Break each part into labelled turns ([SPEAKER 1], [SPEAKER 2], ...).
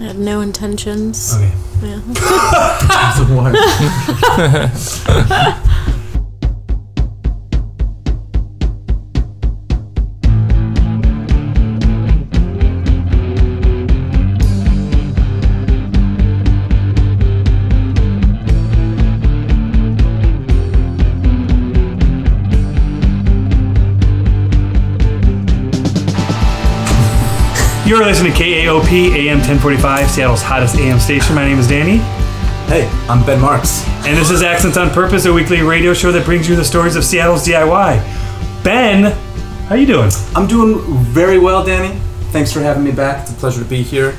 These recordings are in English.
[SPEAKER 1] I had no intentions.
[SPEAKER 2] Okay.
[SPEAKER 1] Yeah.
[SPEAKER 2] the water.
[SPEAKER 3] You're listening to KAOP AM 1045, Seattle's hottest AM station. My name is Danny,
[SPEAKER 2] Hey, I'm Ben Marks.
[SPEAKER 3] and this is Accents on Purpose, a weekly radio show that brings you the stories of Seattle's DIY. Ben, how you doing?
[SPEAKER 2] I'm doing very well, Danny. Thanks for having me back. It's a pleasure to be here.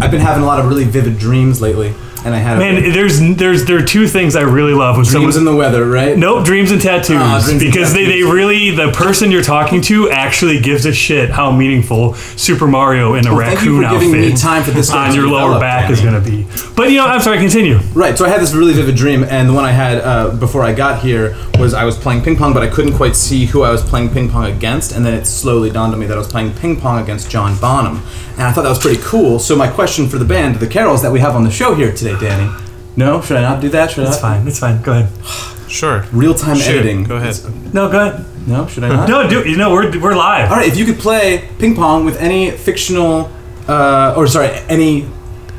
[SPEAKER 2] I've been having a lot of really vivid dreams lately, and I had
[SPEAKER 3] Man, there's there's there are two things I really love when someone
[SPEAKER 2] dreams in the weather, right?
[SPEAKER 3] Nope, dreams and tattoos.
[SPEAKER 2] Ah, dreams and
[SPEAKER 3] because They, they
[SPEAKER 2] tattoos.
[SPEAKER 3] really, the person you're talking to actually gives a shit how meaningful Super Mario in a
[SPEAKER 2] thank you
[SPEAKER 3] raccoon
[SPEAKER 2] for giving me
[SPEAKER 3] outfit
[SPEAKER 2] time for this
[SPEAKER 3] on
[SPEAKER 2] to
[SPEAKER 3] your lower
[SPEAKER 2] develop,
[SPEAKER 3] back
[SPEAKER 2] Danny.
[SPEAKER 3] is going to be. But, you know, I'm sorry, continue.
[SPEAKER 2] Right, so I had this really vivid dream, and the one I had uh, before I got here was I was playing ping pong, but I couldn't quite see who I was playing ping pong against, and then it slowly dawned on me that I was playing ping pong against John Bonham, and I thought that was pretty cool. So my question for the band, the Carols that we have on the show here today, Danny. No, should I not do that? Should
[SPEAKER 3] That's
[SPEAKER 2] I not?
[SPEAKER 3] fine, that's fine. Go ahead.
[SPEAKER 4] Sure.
[SPEAKER 2] Real time
[SPEAKER 4] Shoot,
[SPEAKER 2] editing.
[SPEAKER 4] Go ahead.
[SPEAKER 3] No, go ahead.
[SPEAKER 2] No, should I not?
[SPEAKER 3] No, do you know we're we're live.
[SPEAKER 2] All right, if you could play ping pong with any fictional, uh, or sorry, any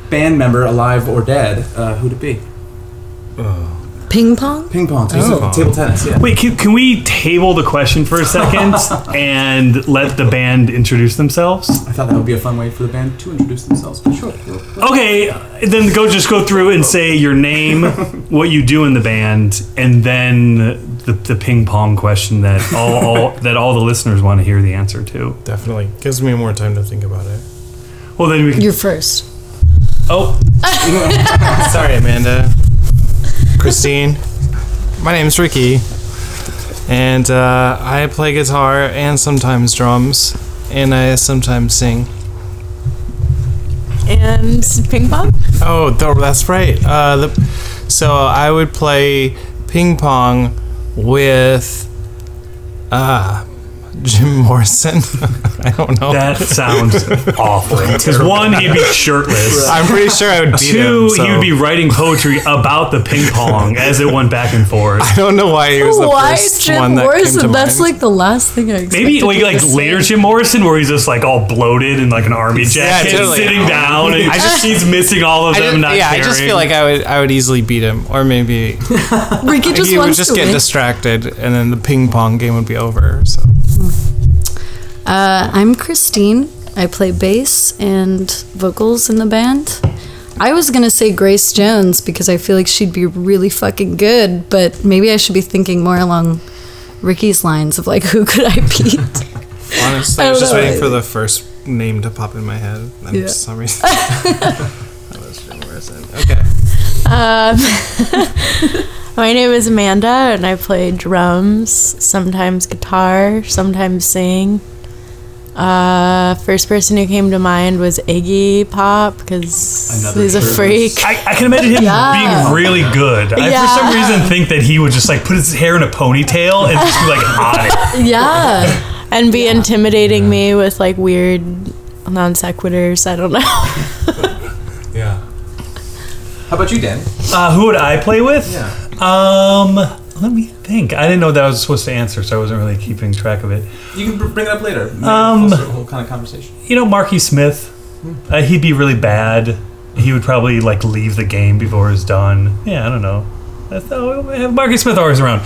[SPEAKER 2] band member alive or dead, uh, who'd it be?
[SPEAKER 1] Ping pong?
[SPEAKER 2] Ping pong, table,
[SPEAKER 3] Oh.
[SPEAKER 2] table tennis, yeah.
[SPEAKER 3] Wait, can, can we table the question for a second and let the band introduce themselves?
[SPEAKER 2] I thought that would be a fun way for the band to introduce themselves. But sure.
[SPEAKER 3] Okay, then go just go through and say your name, what you do in the band, and then the, the ping pong question that all, all that all the listeners want to hear the answer to.
[SPEAKER 4] Definitely. Gives me more time to think about it.
[SPEAKER 3] Well, then we can.
[SPEAKER 1] You're first.
[SPEAKER 3] Oh,
[SPEAKER 4] Sorry, Amanda. Christine. My name's Ricky. And uh, I play guitar and sometimes drums. And I sometimes sing.
[SPEAKER 1] And ping pong?
[SPEAKER 4] Oh, th- that's right. Uh, the, so I would play ping pong with uh, Jim Morrison. I don't know.
[SPEAKER 3] that sounds awful. Because one, he'd be shirtless.
[SPEAKER 4] I'm pretty sure I would beat
[SPEAKER 3] Two,
[SPEAKER 4] him. so-
[SPEAKER 3] he would be writing poetry about the ping pong as it went back and forth.
[SPEAKER 4] I don't know why he was the
[SPEAKER 1] Why
[SPEAKER 4] first
[SPEAKER 1] Jim
[SPEAKER 4] one that came to
[SPEAKER 1] Morrison?
[SPEAKER 4] mind.
[SPEAKER 1] That's like the last thing I expected.
[SPEAKER 3] Maybe like,
[SPEAKER 1] you
[SPEAKER 3] like
[SPEAKER 1] to say.
[SPEAKER 3] later Jim Morrison, where he's just like all bloated in like an army jacket,
[SPEAKER 4] totally.
[SPEAKER 3] sitting down, and
[SPEAKER 4] I just-
[SPEAKER 3] he's missing all of
[SPEAKER 4] I
[SPEAKER 3] them.
[SPEAKER 4] just,
[SPEAKER 3] not
[SPEAKER 4] yeah, I just
[SPEAKER 3] caring.
[SPEAKER 4] feel like I would I would easily beat him, or maybe
[SPEAKER 1] Ricky just
[SPEAKER 4] he would
[SPEAKER 1] wants
[SPEAKER 4] just
[SPEAKER 1] to
[SPEAKER 4] get
[SPEAKER 1] win.
[SPEAKER 4] distracted, and then the ping pong game would be over. So
[SPEAKER 1] Uh, I'm Christine. I play bass and vocals in the band. I was gonna say Grace Jones because I feel like she'd be really fucking good, but maybe I should be thinking more along Ricky's lines of like, who could I beat?
[SPEAKER 4] honestly,
[SPEAKER 1] I
[SPEAKER 4] I, was
[SPEAKER 1] don't
[SPEAKER 4] just
[SPEAKER 1] know.
[SPEAKER 4] waiting for the first name to pop in my head, and
[SPEAKER 1] Yeah.
[SPEAKER 4] for some reason. That was Jim Morrison. Okay.
[SPEAKER 5] Um, my name is Amanda, and I play drums, sometimes guitar, sometimes sing. Uh, first person who came to mind was Iggy Pop because
[SPEAKER 2] Another
[SPEAKER 5] he's a
[SPEAKER 2] service.
[SPEAKER 5] freak.
[SPEAKER 3] I, I can imagine him
[SPEAKER 1] Yeah.
[SPEAKER 3] being really good. I for
[SPEAKER 5] Yeah.
[SPEAKER 1] Uh,
[SPEAKER 3] some reason think that he would just like put his hair in a ponytail and just be like on it.
[SPEAKER 1] yeah.
[SPEAKER 5] and be intimidating me with like weird non sequiturs. I don't know.
[SPEAKER 2] Yeah. How about you, Dan?
[SPEAKER 3] Uh, who would I play with?
[SPEAKER 2] Yeah.
[SPEAKER 3] Um, let me think. I didn't know that I was supposed to answer, so I wasn't really keeping track of it.
[SPEAKER 2] You can br- bring it up later. Maybe
[SPEAKER 3] Um,
[SPEAKER 2] full circle kind of conversation.
[SPEAKER 3] You know, Marky Smith. Uh, he'd be really bad. He would probably like leave the game before it was done. Yeah, I don't know. That's how Marky Smith always around.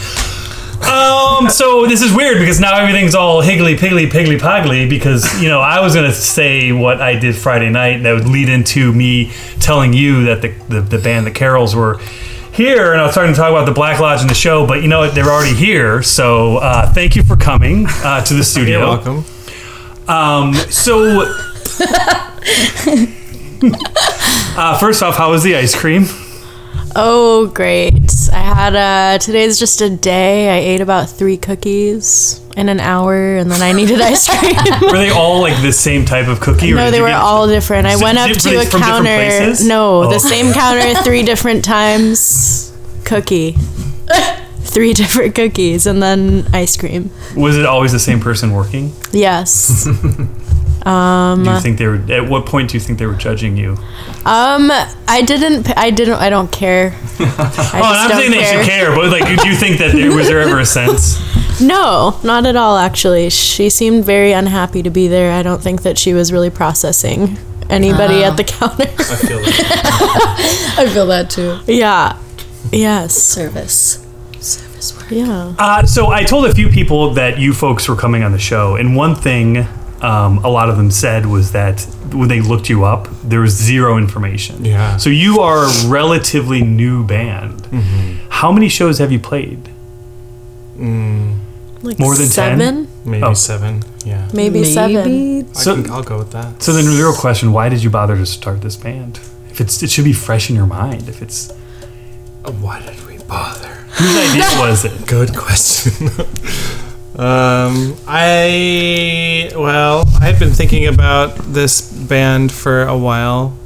[SPEAKER 3] Um, so this is weird because now everything's all higgly piggly piggly poggly because you know I was gonna say what I did Friday night and that would lead into me telling you that the the, the band the Carols were here and I was starting to talk about the Black Lodge in the show, but you know what? They're already here, so uh, thank you for coming uh, to the studio.
[SPEAKER 4] You're welcome.
[SPEAKER 3] Um, so, uh, uh, first off, how was the ice cream?
[SPEAKER 5] Oh, great. I had uh today's just a day. I ate about three cookies in an hour and then I needed ice cream.
[SPEAKER 3] Were they all like the same type of cookie? or
[SPEAKER 5] no,
[SPEAKER 3] did
[SPEAKER 5] they
[SPEAKER 3] you
[SPEAKER 5] were
[SPEAKER 3] get-
[SPEAKER 5] all different. I
[SPEAKER 3] So
[SPEAKER 5] went up
[SPEAKER 3] different
[SPEAKER 5] to a
[SPEAKER 3] from different
[SPEAKER 5] counter.
[SPEAKER 3] places?
[SPEAKER 5] No,
[SPEAKER 3] Oh.
[SPEAKER 5] the same counter three different times. Cookie. three different cookies and then ice cream.
[SPEAKER 3] Was it always the same person working?
[SPEAKER 5] Yes. Um,
[SPEAKER 3] Do you think they were? At what point do you think they were judging you?
[SPEAKER 5] um, I didn't. p- I didn't. I don't care. I just
[SPEAKER 3] oh, and I'm
[SPEAKER 5] don't
[SPEAKER 3] saying they should care, but like, do you think that there was there ever a sense?
[SPEAKER 5] No, not at all. Actually, she seemed very unhappy to be there. I don't think that she was really processing anybody at the counter.
[SPEAKER 4] I feel like
[SPEAKER 1] I feel that too.
[SPEAKER 5] yeah. Yes.
[SPEAKER 1] Service. Service work.
[SPEAKER 5] Yeah.
[SPEAKER 3] Uh, so I told a few people that you folks were coming on the show, and one thing um, a lot of them said was that when they looked you up, there was zero information.
[SPEAKER 4] Yeah.
[SPEAKER 3] So you are a relatively new band.
[SPEAKER 4] Mm-hmm.
[SPEAKER 3] How many shows have you played?
[SPEAKER 5] Like
[SPEAKER 3] More than 10?
[SPEAKER 5] seven,
[SPEAKER 4] maybe
[SPEAKER 3] Oh.
[SPEAKER 4] seven. Yeah.
[SPEAKER 5] maybe, seven.
[SPEAKER 3] So-
[SPEAKER 4] I can, I'll go with that.
[SPEAKER 3] So then, the real question: Why did you bother to start this band? If it's, it should be fresh in your mind. If it's
[SPEAKER 4] Why did we bother?
[SPEAKER 3] whose idea was it?
[SPEAKER 4] Good question. um, I well, I've been thinking about this band for a while,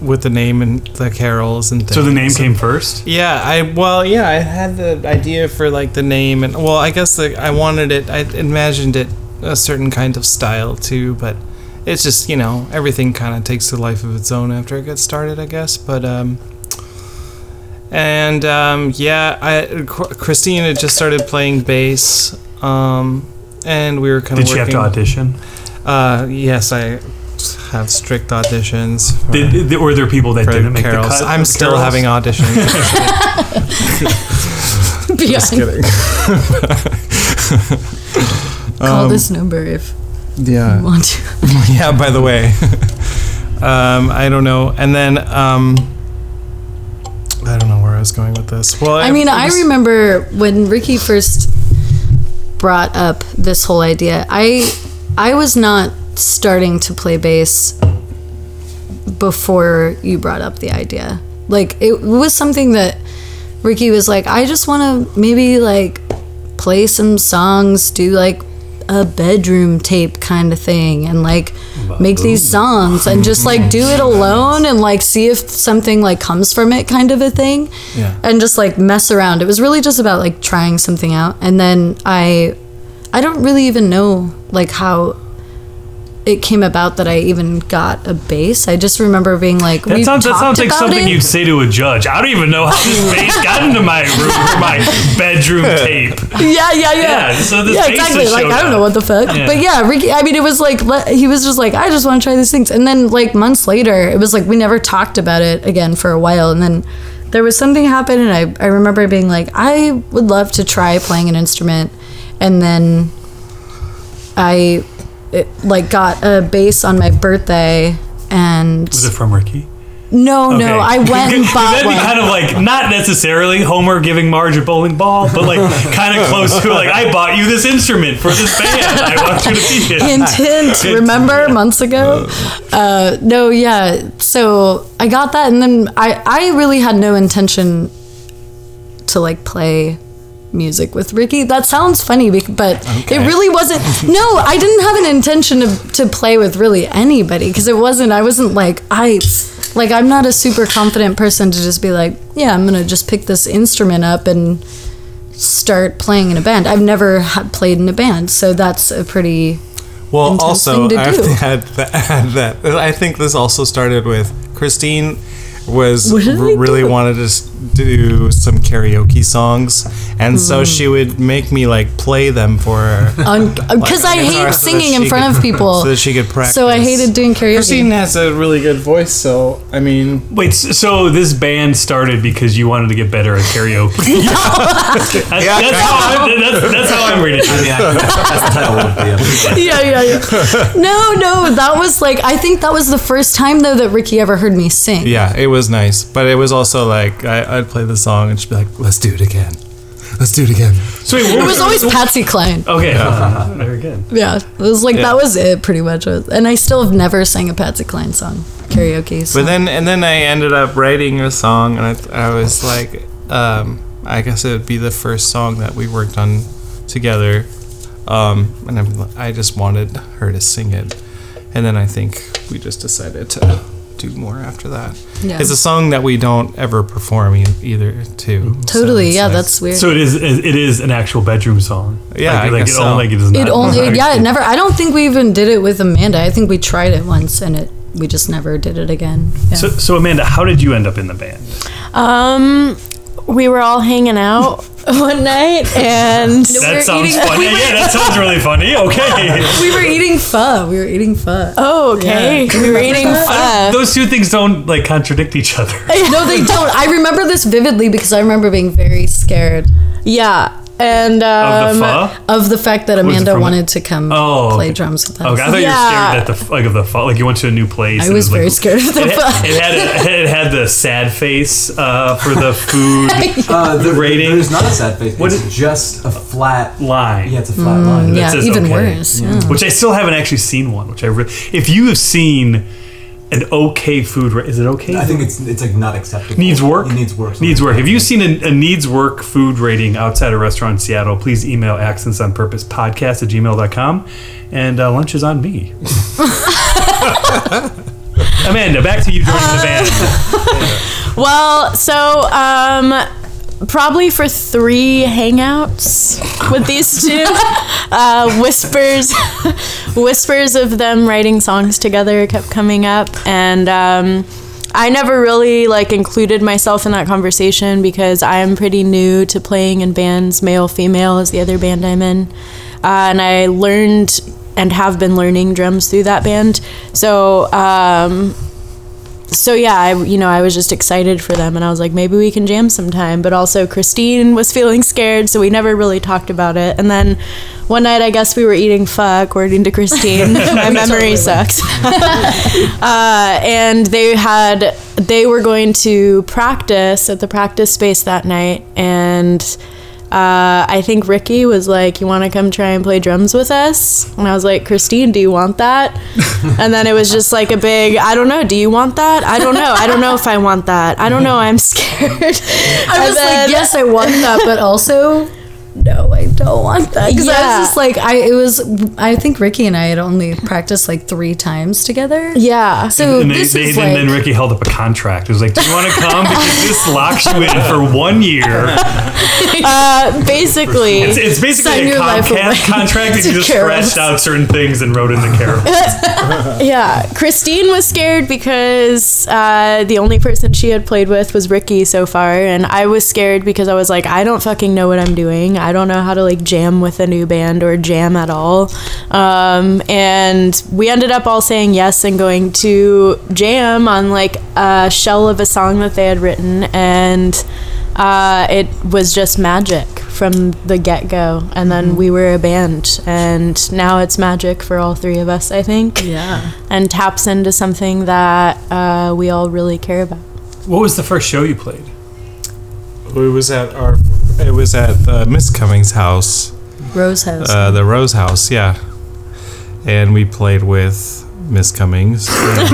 [SPEAKER 4] with the name and the carols and things.
[SPEAKER 3] So the name came first.
[SPEAKER 4] Yeah, I well, yeah, I had the idea for like the name and well, I guess like I wanted it. I imagined it a certain kind of style too, but it's just you know everything kind of takes a life of its own after it gets started, I guess. But um, and um, yeah, I Qu- Christine had just started playing bass, um, and we were kind of
[SPEAKER 3] Did you have to audition?
[SPEAKER 4] Uh, yes, I have strict auditions. for-
[SPEAKER 3] Did, th- were there people that
[SPEAKER 4] for
[SPEAKER 3] didn't make
[SPEAKER 4] carols.
[SPEAKER 3] the cut?
[SPEAKER 4] I'm
[SPEAKER 3] for
[SPEAKER 4] still
[SPEAKER 3] carols?
[SPEAKER 4] having auditions.
[SPEAKER 1] Beyond.
[SPEAKER 4] kidding. Um,
[SPEAKER 1] Call this number if you
[SPEAKER 4] Yeah.
[SPEAKER 1] want to.
[SPEAKER 4] Yeah, by the way. um, I don't know. And then um, I don't know where I was going with this. Well,
[SPEAKER 1] I mean, I
[SPEAKER 4] was-
[SPEAKER 1] remember when Ricky first brought up this whole idea. I I was not starting to play bass before you brought up the idea. Like it was something that Ricky was like, I just want to maybe like play some songs, do like a bedroom tape kind of thing, and like make these songs and just like do it alone and like see if something like comes from it kind of a thing
[SPEAKER 4] Yeah.
[SPEAKER 1] and just like mess around it was really just about like trying something out and then i i don't really even know like how it came about that i even got a bass i just remember being like
[SPEAKER 3] That
[SPEAKER 1] we
[SPEAKER 3] sounds, that
[SPEAKER 1] talked
[SPEAKER 3] sounds like
[SPEAKER 1] about
[SPEAKER 3] something
[SPEAKER 1] it.
[SPEAKER 3] you'd say to a judge. I don't even know how this bass got into my room or my bedroom tape.
[SPEAKER 1] yeah, yeah, yeah.
[SPEAKER 3] Yeah, so this
[SPEAKER 1] yeah,
[SPEAKER 3] basis
[SPEAKER 1] exactly. Like
[SPEAKER 3] showed
[SPEAKER 1] I don't know
[SPEAKER 3] up.
[SPEAKER 1] what the fuck,
[SPEAKER 3] Yeah.
[SPEAKER 1] but yeah, Ricky. I mean, it was like le- he was just like, I just want to try these things, and then like months later, it was like we never talked about it again for a while, and then there was something happened, and I I remember being like, I would love to try playing an instrument, and then I it, like got a bass on my birthday, and
[SPEAKER 3] Was it from Ricky?
[SPEAKER 1] no,
[SPEAKER 3] Okay.
[SPEAKER 1] no, I went and
[SPEAKER 3] 'Cause
[SPEAKER 1] bought
[SPEAKER 3] That'd be
[SPEAKER 1] one.
[SPEAKER 3] kind of like not necessarily Homer giving Marge a bowling ball, but like kind of close to like I bought you this instrument for this band. I want you to see it.
[SPEAKER 1] hint hint remember months ago uh, no yeah so i got that and then i i really had no intention to like play music with ricky that sounds funny bec- but it really wasn't no i didn't have an intention to, to play with really anybody because it wasn't i wasn't like i like i'm not a super confident person to just be like yeah i'm gonna just pick this instrument up and start playing in a band i've never ha- played in a band so that's a pretty
[SPEAKER 4] Well,
[SPEAKER 1] intense
[SPEAKER 4] also,
[SPEAKER 1] thing to
[SPEAKER 4] I have
[SPEAKER 1] do.
[SPEAKER 4] to add that, add that. I think this also started with Christine was
[SPEAKER 1] What did I
[SPEAKER 4] r- really
[SPEAKER 1] do?
[SPEAKER 4] wanted to s- do some karaoke songs, and so
[SPEAKER 1] Mm-hmm.
[SPEAKER 4] she would make me like play them for her. Like,
[SPEAKER 1] because I
[SPEAKER 4] on guitar
[SPEAKER 1] hate
[SPEAKER 4] so that
[SPEAKER 1] singing
[SPEAKER 4] she
[SPEAKER 1] in front
[SPEAKER 4] could-
[SPEAKER 1] of people.
[SPEAKER 4] so that she could practice.
[SPEAKER 1] So I hated doing karaoke.
[SPEAKER 4] Christine has a really good voice, so I mean,
[SPEAKER 3] Wait, s- so this band started because you wanted to get better at karaoke? that's, that's, how I'm, that's, that's how I'm reading. it.
[SPEAKER 2] I mean, I, that's the
[SPEAKER 3] Oh,
[SPEAKER 2] title of the episode.
[SPEAKER 1] yeah, yeah, yeah. No, no, that was like I think that was the first time though that Ricky ever heard me sing.
[SPEAKER 4] Yeah, it was nice, but it was also like I, I'd play the song and she'd be like, "Let's do it again, let's do it again."
[SPEAKER 3] So wait, what
[SPEAKER 1] It was always Patsy Cline.
[SPEAKER 3] okay. Very good.
[SPEAKER 1] Yeah, it was like that was it pretty much. And I still have never sang a Patsy Cline song karaoke. So.
[SPEAKER 4] But then and then I ended up writing a song, and I, I was like, um, I guess it would be the first song that we worked on together, um, and I'm, I just wanted her to sing it, and then I think we just decided to do more after that.
[SPEAKER 1] Yeah.
[SPEAKER 4] It's a song that we don't ever perform e- either, too. so
[SPEAKER 1] Totally,
[SPEAKER 4] it's
[SPEAKER 1] yeah,
[SPEAKER 4] like-
[SPEAKER 1] that's weird.
[SPEAKER 3] So it is. It is an actual bedroom song.
[SPEAKER 4] Yeah,
[SPEAKER 3] like,
[SPEAKER 4] I
[SPEAKER 3] like,
[SPEAKER 4] guess
[SPEAKER 3] it only,
[SPEAKER 4] so.
[SPEAKER 3] like it is not.
[SPEAKER 1] it only, yeah, it never. I don't think we even did it with Amanda. I think we tried it once, and it we just never did it again. Yeah.
[SPEAKER 3] So, so Amanda, how did you end up in the band?
[SPEAKER 5] Um, we were all hanging out one night, and
[SPEAKER 1] we were
[SPEAKER 3] that sounds
[SPEAKER 1] eating-
[SPEAKER 3] funny.
[SPEAKER 1] we were-
[SPEAKER 3] yeah, that sounds really funny. Okay,
[SPEAKER 1] we were eating pho. We were eating pho.
[SPEAKER 5] oh, okay,
[SPEAKER 1] Yeah.
[SPEAKER 5] we were eating pho.
[SPEAKER 3] those two things don't like contradict each other.
[SPEAKER 1] No, they don't. I remember this vividly because I remember being very scared
[SPEAKER 5] Yeah, and um,
[SPEAKER 3] of the pho.
[SPEAKER 1] of the fact that
[SPEAKER 3] it
[SPEAKER 1] Amanda
[SPEAKER 3] from-
[SPEAKER 1] wanted to come
[SPEAKER 3] Oh,
[SPEAKER 1] play
[SPEAKER 3] okay.
[SPEAKER 1] drums with us.
[SPEAKER 3] Okay, I
[SPEAKER 5] Yeah.
[SPEAKER 3] thought you were scared at the f- like of the pho. Like you went to a new place.
[SPEAKER 1] I
[SPEAKER 3] and it
[SPEAKER 1] was
[SPEAKER 3] like-
[SPEAKER 1] very scared of the
[SPEAKER 3] It had,
[SPEAKER 1] pho.
[SPEAKER 3] it had it had the sad face uh, for the food
[SPEAKER 2] Uh, the
[SPEAKER 3] Rating.
[SPEAKER 2] There's not a sad face.
[SPEAKER 3] What
[SPEAKER 2] it's
[SPEAKER 3] is-
[SPEAKER 2] just a flat.
[SPEAKER 3] line.
[SPEAKER 2] Mm, Yeah, it's a flat line.
[SPEAKER 1] Yeah,
[SPEAKER 3] says
[SPEAKER 1] even
[SPEAKER 3] okay.
[SPEAKER 1] worse. Yeah.
[SPEAKER 3] which I still haven't actually seen one. Which I re- if you have seen an okay food, ra- is it okay?
[SPEAKER 2] I think it's it's like not acceptable.
[SPEAKER 3] needs work.
[SPEAKER 2] It needs work.
[SPEAKER 3] Needs work. Have you seen a, a needs work food rating outside a restaurant in Seattle? Please email accents on purpose podcast at gmail.com and uh, lunch is on me. Amanda, back to you joining the
[SPEAKER 1] Uh,
[SPEAKER 3] band.
[SPEAKER 5] Well, so um, probably for three hangouts with these two, uh, whispers, whispers of them writing songs together kept coming up, and um, I never really like included myself in that conversation because I am pretty new to playing in bands. Male, female is the other band I'm in, uh, and I learned and have been learning drums through that band. So. Um, so yeah, I you know I was just excited for them, and I was like, maybe we can jam sometime. But also, Christine was feeling scared, so we never really talked about it. And then one night, I guess we were eating pho, according to Christine. My memory sucks. uh, and they had they were going to practice at the practice space that night, and. Uh, I think Ricky was like, "You want to come try and play drums with us?" And I was like, "Christine, do you want that?" And then it was just like a big, "I don't know. Do you want that? I don't know. I don't know if I want that. I don't know. I'm scared." I was
[SPEAKER 1] I was like, yes, I want that, but also, no, I don't want that. Because I
[SPEAKER 5] Yeah.
[SPEAKER 1] was just like, I it was. I think Ricky and I had only practiced like three times together.
[SPEAKER 5] "Yeah."
[SPEAKER 1] So
[SPEAKER 3] And, they,
[SPEAKER 1] this
[SPEAKER 3] they,
[SPEAKER 1] is
[SPEAKER 3] then,
[SPEAKER 1] like,
[SPEAKER 3] then Ricky held up a contract. It was like, Do you want to come? Because this locks you in for one year.
[SPEAKER 5] Uh, basically,
[SPEAKER 3] It's, it's
[SPEAKER 1] Sign
[SPEAKER 3] basically a
[SPEAKER 1] your life away
[SPEAKER 3] Comcast contract that
[SPEAKER 1] to
[SPEAKER 3] you just
[SPEAKER 1] Carol's.
[SPEAKER 3] scratched out certain things and wrote in the Carol.
[SPEAKER 5] yeah. Christine was scared because uh, the only person she had played with was Ricky so far, and I was scared because I was like, I don't fucking know what I'm doing. I don't know how to like jam with a new band or jam at all. Um, and we ended up all saying yes and going to jam on like a shell of a song that they had written, and uh, it was just magic from the get go. And then we were a band, and now it's magic for all three of us, I think
[SPEAKER 1] yeah.
[SPEAKER 5] and taps into something that uh, we all really care about.
[SPEAKER 3] What was the first show you played?
[SPEAKER 4] It was at our. It was at uh, Miss Cummings' house,
[SPEAKER 1] Rose has.
[SPEAKER 4] uh, the Rose House, yeah. And we played with Miss Cummings and,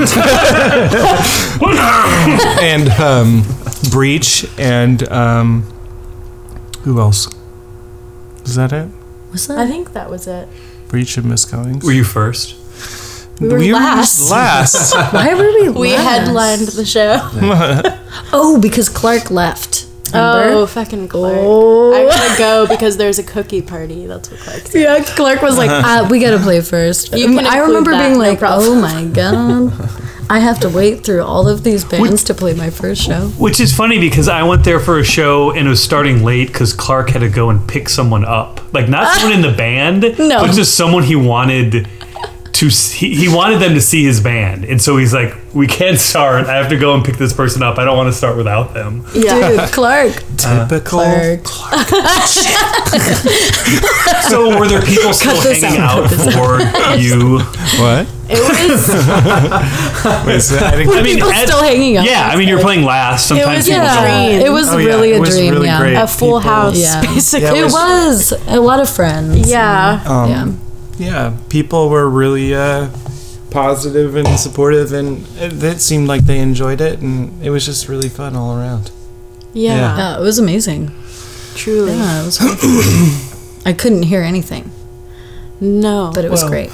[SPEAKER 4] and um, Breach and um, who else? Is that it?
[SPEAKER 1] was
[SPEAKER 5] I
[SPEAKER 1] that?
[SPEAKER 5] think that was it.
[SPEAKER 4] Breach and Miss Cummings.
[SPEAKER 3] Were you first?
[SPEAKER 5] We were last.
[SPEAKER 4] last.
[SPEAKER 1] Why were we?
[SPEAKER 5] We
[SPEAKER 1] last?
[SPEAKER 5] headlined the show.
[SPEAKER 1] Oh, because Clark left.
[SPEAKER 5] Oh,
[SPEAKER 1] Remember?
[SPEAKER 5] fucking Clark. I
[SPEAKER 1] Oh.
[SPEAKER 5] gotta go because there's a cookie party. That's what Clark said.
[SPEAKER 1] Yeah, Clark was like, uh, "We gotta play first.
[SPEAKER 5] You can
[SPEAKER 1] I remember
[SPEAKER 5] include that,
[SPEAKER 1] being
[SPEAKER 5] no
[SPEAKER 1] like,
[SPEAKER 5] problem.
[SPEAKER 1] "Oh my god, I have to wait through all of these bands to play my first show."
[SPEAKER 3] Which is funny because I went there for a show and it was starting late because Clark had to go and pick someone up. Like, not someone in the band,
[SPEAKER 1] Ah! no.
[SPEAKER 3] but just someone he wanted to see. He wanted them to see his band. And so he's like, we can't start. I have to go and pick this person up. I don't want to start without them.
[SPEAKER 1] Dude, Clark,
[SPEAKER 4] Typical.
[SPEAKER 1] Clark.
[SPEAKER 3] So were there people still
[SPEAKER 1] this
[SPEAKER 3] hanging
[SPEAKER 1] out,
[SPEAKER 3] out for you?
[SPEAKER 4] What?
[SPEAKER 5] It was
[SPEAKER 4] Wait, so I think
[SPEAKER 3] I mean,
[SPEAKER 1] People
[SPEAKER 3] Ed-
[SPEAKER 1] still hanging out.
[SPEAKER 3] Yeah, I mean, you're playing last. Sometimes
[SPEAKER 5] was
[SPEAKER 3] people
[SPEAKER 5] a
[SPEAKER 3] don't.
[SPEAKER 5] dream.
[SPEAKER 1] Yeah, it was
[SPEAKER 4] Oh, yeah,
[SPEAKER 1] really
[SPEAKER 4] it
[SPEAKER 1] a
[SPEAKER 4] was
[SPEAKER 1] dream.
[SPEAKER 4] really
[SPEAKER 1] yeah,
[SPEAKER 4] great.
[SPEAKER 5] a full
[SPEAKER 4] People-
[SPEAKER 5] house,
[SPEAKER 1] Yeah.
[SPEAKER 5] basically.
[SPEAKER 4] Yeah,
[SPEAKER 1] it was a lot of friends.
[SPEAKER 5] Yeah.
[SPEAKER 4] um,
[SPEAKER 1] yeah.
[SPEAKER 4] yeah, people were really uh, positive and supportive, and it, it seemed like they enjoyed it, and it was just really fun all around.
[SPEAKER 5] Yeah.
[SPEAKER 4] Yeah.
[SPEAKER 1] Yeah, it was amazing.
[SPEAKER 5] Truly.
[SPEAKER 1] Yeah, it was. I couldn't hear anything,
[SPEAKER 5] No.
[SPEAKER 1] but it was
[SPEAKER 3] Well.
[SPEAKER 1] great.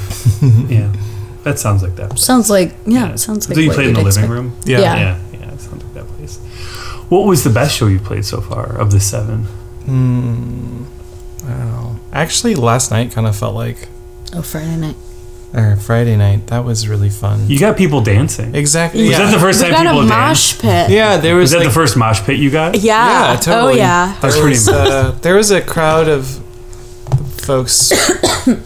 [SPEAKER 3] Yeah. That sounds like that.
[SPEAKER 1] Sounds like yeah, it sounds like
[SPEAKER 3] Do you
[SPEAKER 1] what
[SPEAKER 3] play in
[SPEAKER 1] you'd
[SPEAKER 3] the living
[SPEAKER 1] expect.
[SPEAKER 3] room?
[SPEAKER 4] Yeah.
[SPEAKER 1] Yeah.
[SPEAKER 3] yeah, yeah. It sounds like that place. What was the best show you played so far of the seven?
[SPEAKER 4] Hmm. I don't know. Actually, last night kind of felt like
[SPEAKER 1] Oh, Friday night.
[SPEAKER 4] or Friday night. That was really fun.
[SPEAKER 3] You got people dancing.
[SPEAKER 4] exactly.
[SPEAKER 3] Was
[SPEAKER 4] Yeah.
[SPEAKER 3] that the first
[SPEAKER 5] We
[SPEAKER 3] time
[SPEAKER 5] got
[SPEAKER 3] people
[SPEAKER 5] a
[SPEAKER 3] danced?
[SPEAKER 5] mosh pit.
[SPEAKER 4] yeah, there
[SPEAKER 3] Was
[SPEAKER 4] was
[SPEAKER 3] that
[SPEAKER 4] like,
[SPEAKER 3] the first mosh pit you got?
[SPEAKER 5] Yeah.
[SPEAKER 4] Yeah, totally.
[SPEAKER 5] Oh yeah.
[SPEAKER 3] That's
[SPEAKER 4] there
[SPEAKER 3] pretty
[SPEAKER 4] was, uh, there was a crowd of folks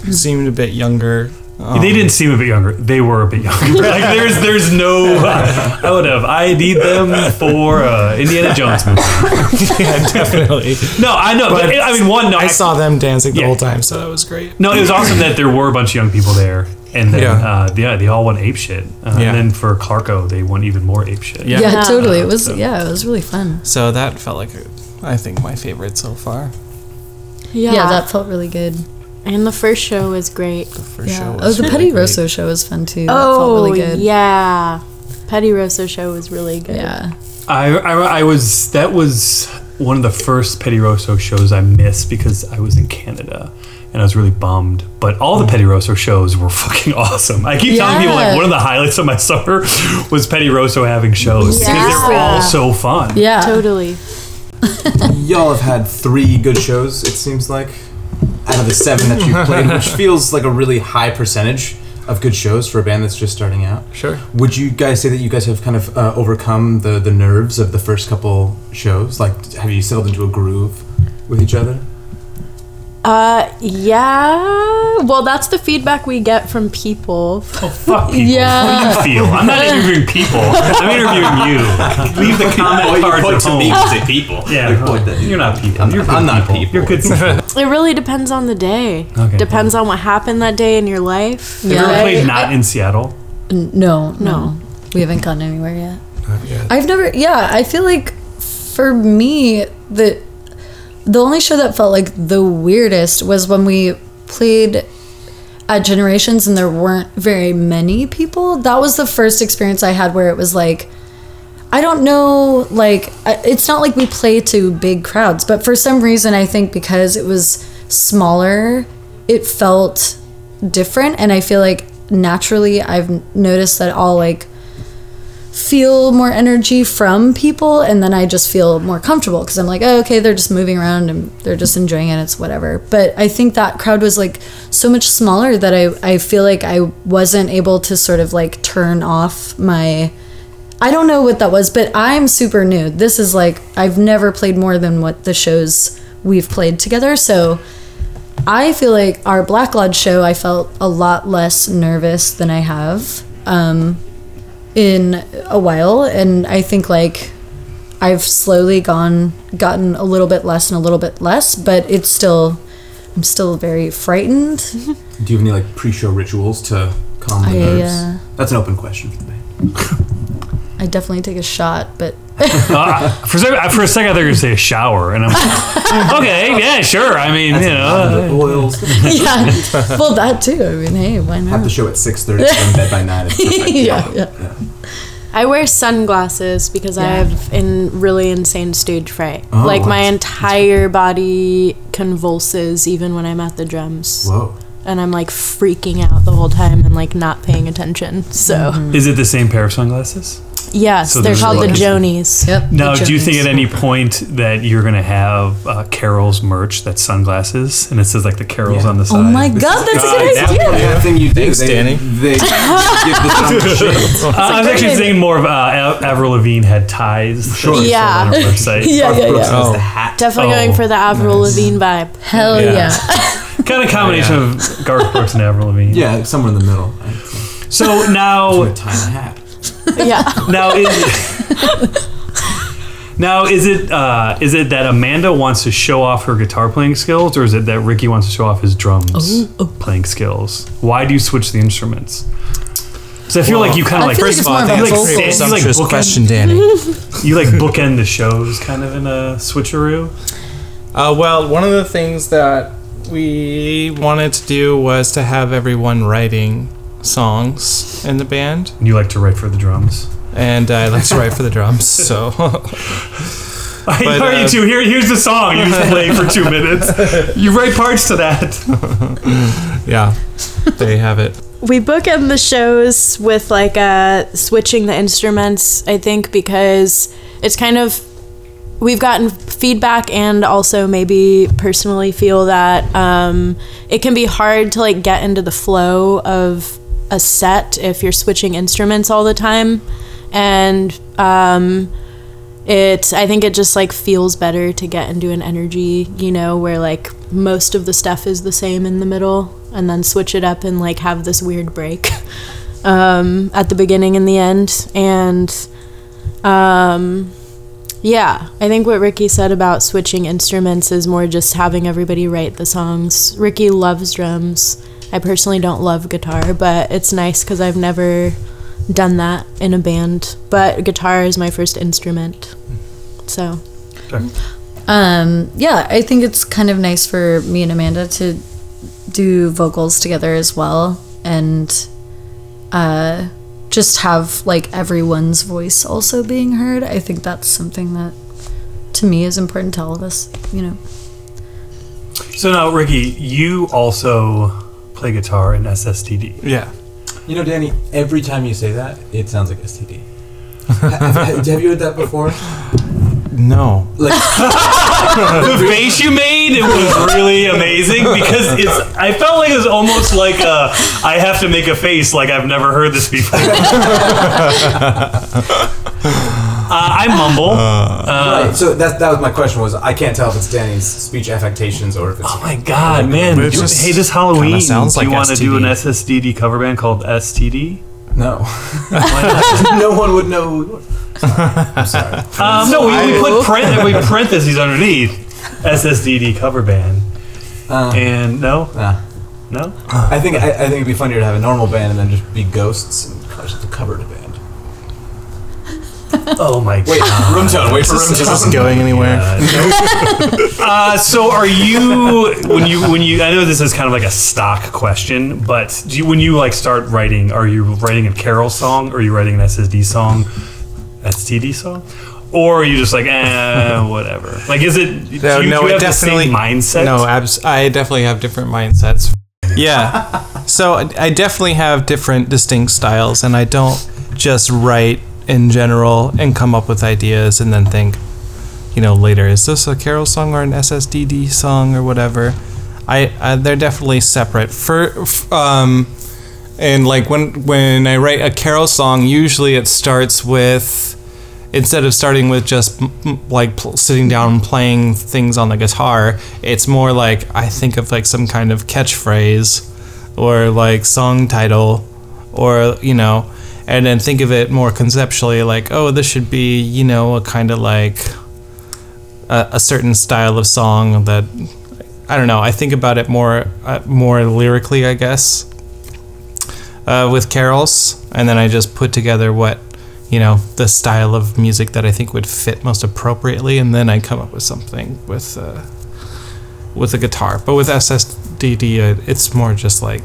[SPEAKER 4] seemed a bit younger. Um,
[SPEAKER 3] they didn't seem a bit younger. They were a bit younger. like there's there's no I would have ID'd them for uh, Indiana Jones movie.
[SPEAKER 4] yeah, definitely.
[SPEAKER 3] No, I know, but,
[SPEAKER 4] But
[SPEAKER 3] I mean one. No,
[SPEAKER 4] I saw them dancing the
[SPEAKER 3] Yeah.
[SPEAKER 4] whole time, so that was great.
[SPEAKER 3] No, it was awesome that there were a bunch of young people there, and then
[SPEAKER 4] Yeah.
[SPEAKER 3] yeah, uh, yeah they all went ape shit. Uh,
[SPEAKER 4] Yeah.
[SPEAKER 3] And then for Clarko, they went even more ape shit.
[SPEAKER 1] Yeah,
[SPEAKER 4] Yeah.
[SPEAKER 1] totally. It was yeah, it was really fun.
[SPEAKER 4] So that felt like, a, I think, my favorite so far.
[SPEAKER 5] yeah.
[SPEAKER 1] Yeah, that felt really good.
[SPEAKER 5] and the first show was great.
[SPEAKER 4] For
[SPEAKER 1] Yeah.
[SPEAKER 4] sure.
[SPEAKER 1] oh, the Petty Rosso show was fun too. that felt
[SPEAKER 5] Oh
[SPEAKER 1] really good.
[SPEAKER 5] yeah. Petty Rosso show was really good.
[SPEAKER 1] Yeah.
[SPEAKER 3] I, I I was that was one of the first Petty Rosso shows I missed because I was in Canada. And I was really bummed, but all the Petty Rosso shows were fucking awesome. I keep telling people like
[SPEAKER 1] Yeah.
[SPEAKER 3] one of the highlights of my summer was Petty Rosso having shows because they're
[SPEAKER 5] Yeah.
[SPEAKER 3] all so fun.
[SPEAKER 1] Yeah.
[SPEAKER 5] Totally.
[SPEAKER 2] Y'all have had three good shows, it seems like, out of the seven that you've played, which feels like a really high percentage of good shows for a band that's just starting out.
[SPEAKER 4] Sure.
[SPEAKER 2] Would you guys say that you guys have kind of uh, overcome the, the nerves of the first couple shows? Like, have you settled into a groove with each other?
[SPEAKER 5] Uh yeah. Well, that's the feedback we get from people.
[SPEAKER 3] Oh, fuck people.
[SPEAKER 1] Yeah.
[SPEAKER 3] What do you feel? I'm not interviewing people. I'm interviewing you. Leave the comment cards at home.
[SPEAKER 2] say people.
[SPEAKER 3] Yeah, you're not people.
[SPEAKER 2] I'm-
[SPEAKER 3] you're good
[SPEAKER 2] I'm not people.
[SPEAKER 3] You're good. people. Have
[SPEAKER 5] It really depends on the day.
[SPEAKER 3] Okay.
[SPEAKER 5] Depends on what happened that day in your life.
[SPEAKER 1] Yeah.
[SPEAKER 3] you ever
[SPEAKER 1] I-
[SPEAKER 3] played not in Seattle?
[SPEAKER 1] N- No,
[SPEAKER 5] No.
[SPEAKER 1] no, we haven't gone anywhere yet. I've never. Yeah, I feel like for me the the only show that felt like the weirdest was when we played at Generations and there weren't very many people. That was the first experience I had where it was like. I don't know, like, I- it's not like we play to big crowds, but for some reason, I think because it was smaller, it felt different. And I feel like naturally, I've n- noticed that I'll, like, feel more energy from people and then I just feel more comfortable because I'm like, oh, okay, they're just moving around and they're just enjoying it. It's whatever. But I think that crowd was like so much smaller that I, I feel like I wasn't able to sort of like turn off my. I don't know what that was, but I'm super new. This is like, I've never played more than what the shows we've played together. So I feel like our Black Lodge show, I felt a lot less nervous than I have in a while and i think like i've slowly gone gotten a little bit less and a little bit less but it's still i'm still very frightened
[SPEAKER 2] Do you have any like pre-show rituals to calm the
[SPEAKER 1] I,
[SPEAKER 2] nerves?
[SPEAKER 1] uh,
[SPEAKER 2] That's an open question for the band.
[SPEAKER 1] i definitely take a shot but
[SPEAKER 3] Uh, for, a second, for a second, I thought you were going to say a shower, and I'm like, okay, yeah, sure. I mean, you
[SPEAKER 2] The
[SPEAKER 3] know,
[SPEAKER 2] oils.
[SPEAKER 1] yeah well that too i mean hey why
[SPEAKER 2] have the
[SPEAKER 1] not
[SPEAKER 2] show at 6.30 so in bed by 9. It's perfect.
[SPEAKER 1] yeah, yeah.
[SPEAKER 5] I wear sunglasses because I have in really insane stage fright.
[SPEAKER 2] Oh,
[SPEAKER 5] like my
[SPEAKER 2] that's-
[SPEAKER 5] entire body convulses even when I'm at the drums.
[SPEAKER 2] Whoa.
[SPEAKER 5] And I'm like freaking out the whole time and like not paying attention. So,
[SPEAKER 3] is it the same pair of sunglasses?
[SPEAKER 5] yes,
[SPEAKER 3] So
[SPEAKER 5] they're
[SPEAKER 3] there's,
[SPEAKER 5] called
[SPEAKER 3] like-
[SPEAKER 5] the Jonies.
[SPEAKER 1] Yep,
[SPEAKER 3] Now,
[SPEAKER 1] the
[SPEAKER 3] do you think
[SPEAKER 1] Jones.
[SPEAKER 3] at any point that you're going to have uh, Carol's merch that's sunglasses, and it says like the Carol's on the
[SPEAKER 1] oh
[SPEAKER 3] side?
[SPEAKER 1] my god that's a good idea
[SPEAKER 2] That thing you do.
[SPEAKER 4] Thanks,
[SPEAKER 2] they,
[SPEAKER 4] Danny.
[SPEAKER 2] They give the sound to shades.
[SPEAKER 3] Uh, I was actually thinking more of uh, Av- Avril Lavigne had ties. Sure.
[SPEAKER 5] Yeah.
[SPEAKER 3] On her website.
[SPEAKER 1] yeah yeah yeah
[SPEAKER 4] Oh.
[SPEAKER 5] Definitely
[SPEAKER 3] Oh,
[SPEAKER 5] going for the Avril Lavigne vibe.
[SPEAKER 1] hell yeah,
[SPEAKER 3] Kind of combination of Garth Brooks and Avril Lavigne.
[SPEAKER 2] Yeah, somewhere in the middle.
[SPEAKER 3] So now,
[SPEAKER 2] With a tiny hat.
[SPEAKER 5] yeah.
[SPEAKER 3] now is now is it uh, is it that Amanda wants to show off her guitar playing skills, or is it that Ricky wants to show off his drums playing skills? Why do you switch the instruments? So I feel like you kind
[SPEAKER 1] I
[SPEAKER 3] of like
[SPEAKER 1] feel like
[SPEAKER 3] first
[SPEAKER 1] it's
[SPEAKER 3] of all,
[SPEAKER 1] more of
[SPEAKER 3] you
[SPEAKER 1] a
[SPEAKER 3] like,
[SPEAKER 1] vocal-
[SPEAKER 3] stand- you like
[SPEAKER 4] presumptuous
[SPEAKER 3] bookend,
[SPEAKER 4] question, Danny.
[SPEAKER 3] you like bookend the shows kind of in a switcheroo.
[SPEAKER 4] Uh, well, one of the things that we wanted to do was to have everyone writing songs in the band,
[SPEAKER 3] And you like to write for the drums.
[SPEAKER 4] and I like to write for the drums, so
[SPEAKER 3] How are
[SPEAKER 4] uh,
[SPEAKER 3] you two? Here, here's the song you just play for two minutes. You write parts to that.
[SPEAKER 4] yeah, there you have it.
[SPEAKER 5] we bookend the shows with like uh switching the instruments i think because it's kind of we've gotten feedback and also maybe personally feel that um, it can be hard to like get into the flow of a set if you're switching instruments all the time and um, it i think it just like feels better to get into an energy you know where like most of the stuff is the same in the middle and then switch it up and like have this weird break um, at the beginning and the end and um, yeah i think what ricky said about switching instruments is more just having everybody write the songs ricky loves drums i personally don't love guitar but it's nice because i've never done that in a band, but guitar is my first instrument. So,
[SPEAKER 1] Um, yeah, I think it's kind of nice for me and Amanda to do vocals together as well and uh, just have like everyone's voice also being heard. I think that's something that to me is important to all of us, you know.
[SPEAKER 3] So now, Ricky, you also play guitar in SSTD.
[SPEAKER 4] Yeah.
[SPEAKER 6] You know, Danny, every time you say that, it sounds like STD. have, have- have you heard that before?
[SPEAKER 4] No.
[SPEAKER 3] The face you made it was really amazing because it's. I felt like it was almost like a. I have to make a face like I've never heard this before. uh, I mumble.
[SPEAKER 4] Uh,
[SPEAKER 6] right. So that, that was my question was I can't tell if it's Danny's speech affectations or if it's
[SPEAKER 3] Oh my god, man!
[SPEAKER 4] Which
[SPEAKER 3] You-
[SPEAKER 4] is
[SPEAKER 3] hey, this Halloween,
[SPEAKER 4] kinda sounds
[SPEAKER 3] do you
[SPEAKER 4] like
[SPEAKER 3] want to do an
[SPEAKER 4] STD.
[SPEAKER 3] SSDD cover band called STD?
[SPEAKER 6] no. no one would know. who we were. Sorry. I'm sorry.
[SPEAKER 3] Um, no, we, we put print we parentheses underneath SSDD cover band,
[SPEAKER 6] Uh,
[SPEAKER 3] and no,
[SPEAKER 6] nah.
[SPEAKER 3] no.
[SPEAKER 6] I think I, I think it'd be funnier to have a normal band and then just be ghosts and just cover the band.
[SPEAKER 3] Oh my
[SPEAKER 6] Wait,
[SPEAKER 3] god!
[SPEAKER 6] room tone. Wait for room
[SPEAKER 4] Is Uh, this
[SPEAKER 6] tone.
[SPEAKER 4] going anywhere?
[SPEAKER 3] Uh, so, are you when you when you? I know this is kind of like a stock question, but do you, when you like start writing, are you writing a carol song? Or are you writing an SSD song, STD song? Or are you just like, eh, whatever? Like, is it?
[SPEAKER 4] No,
[SPEAKER 3] do you,
[SPEAKER 4] no,
[SPEAKER 3] do you
[SPEAKER 4] it
[SPEAKER 3] have
[SPEAKER 4] definitely
[SPEAKER 3] the same mindset.
[SPEAKER 4] No, abs- I definitely have different mindsets. Yeah. so I I definitely have different distinct styles, and I don't just write in general and come up with ideas and then think, you know, later is this a Carol song or an SSDD song or whatever. I, I they're definitely separate. For f- um, and like when when I write a Carol song, usually it starts with instead of starting with just mm, mm, like pl- sitting down and playing things on the guitar, it's more like I think of like some kind of catchphrase or like song title or you know, and then think of it more conceptually like, oh, this should be, you know, a kind of like a, a certain style of song that I don't know. I think about it more uh, more lyrically, I guess uh, with carols, and then I just put together what you know the style of music that I think would fit most appropriately, and then I come up with something with uh, with a guitar. But with SSDD, uh, it's more just like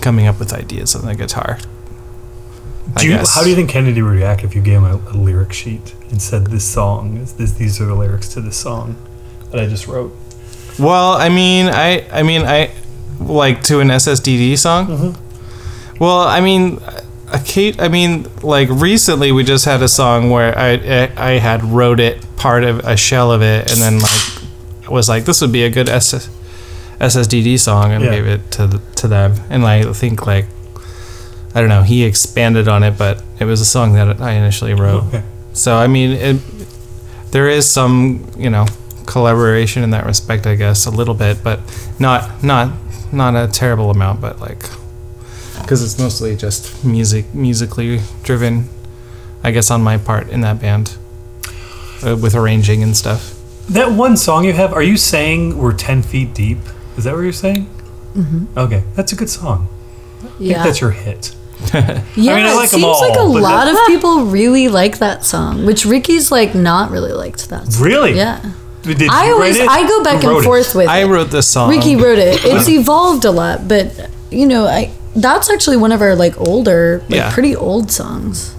[SPEAKER 4] coming up with ideas on the guitar. I
[SPEAKER 3] Do you,
[SPEAKER 4] guess.
[SPEAKER 3] how do you think Kennedy would react if you gave him a, a lyric sheet and said, "This song, is this, these are the lyrics to this song that I just wrote"?
[SPEAKER 4] Well, I mean, I, I mean, I, like to an SSDD song.
[SPEAKER 3] Mm-hmm.
[SPEAKER 4] Well, I mean, a Kate. I mean, like recently we just had a song where I, I, I had wrote it part of a shell of it, and then like was like this would be a good SS, SSDD song, and
[SPEAKER 3] Yeah.
[SPEAKER 4] gave it to the, to them, and I think like. I don't know. He expanded on it, but it was a song that I initially wrote.
[SPEAKER 3] Okay.
[SPEAKER 4] So I mean, it, there is some you know collaboration in that respect, I guess, a little bit, but not not not a terrible amount, but like because it's mostly just music musically driven, I guess, on my part in that band uh, with arranging and stuff.
[SPEAKER 3] That one song you have, are you saying we're ten feet deep? Is that what you're saying? Mm-hmm. Okay, that's a good song. I think
[SPEAKER 1] Yeah.
[SPEAKER 3] that's your hit.
[SPEAKER 1] Yeah,
[SPEAKER 3] I mean, I like
[SPEAKER 1] it
[SPEAKER 3] 'em
[SPEAKER 1] seems like a
[SPEAKER 3] all, but
[SPEAKER 1] lot of people really like that song, which Ricky's like not really liked that song.
[SPEAKER 3] Really?
[SPEAKER 1] Yeah.
[SPEAKER 3] Did you
[SPEAKER 1] I
[SPEAKER 3] write
[SPEAKER 1] always
[SPEAKER 3] it?
[SPEAKER 1] I go back
[SPEAKER 3] Who wrote
[SPEAKER 1] and
[SPEAKER 3] it?
[SPEAKER 1] forth with
[SPEAKER 4] I
[SPEAKER 1] it.
[SPEAKER 4] wrote this song.
[SPEAKER 1] Ricky wrote it. It's evolved a lot, but you know, I that's actually one of our like older, like
[SPEAKER 4] Yeah.
[SPEAKER 1] pretty old songs,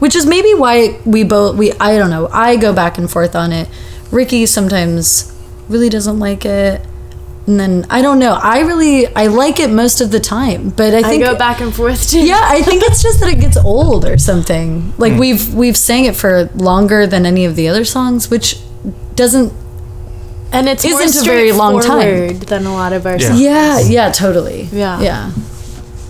[SPEAKER 1] which is maybe why we both we I don't know. I go back and forth on it. Ricky sometimes really doesn't like it. and then I don't know. I really I like it most of the time, but I
[SPEAKER 5] I
[SPEAKER 1] think
[SPEAKER 5] go back and forth too.
[SPEAKER 1] yeah, I think it's just that it gets old or something. Like we've we've sang it for longer than any of the other songs, which doesn't.
[SPEAKER 5] and it's
[SPEAKER 1] Isn't
[SPEAKER 5] more
[SPEAKER 1] a very long time.
[SPEAKER 5] straightforward than a lot of our. songs.
[SPEAKER 1] Yeah, yeah, totally.
[SPEAKER 5] Yeah.
[SPEAKER 1] yeah.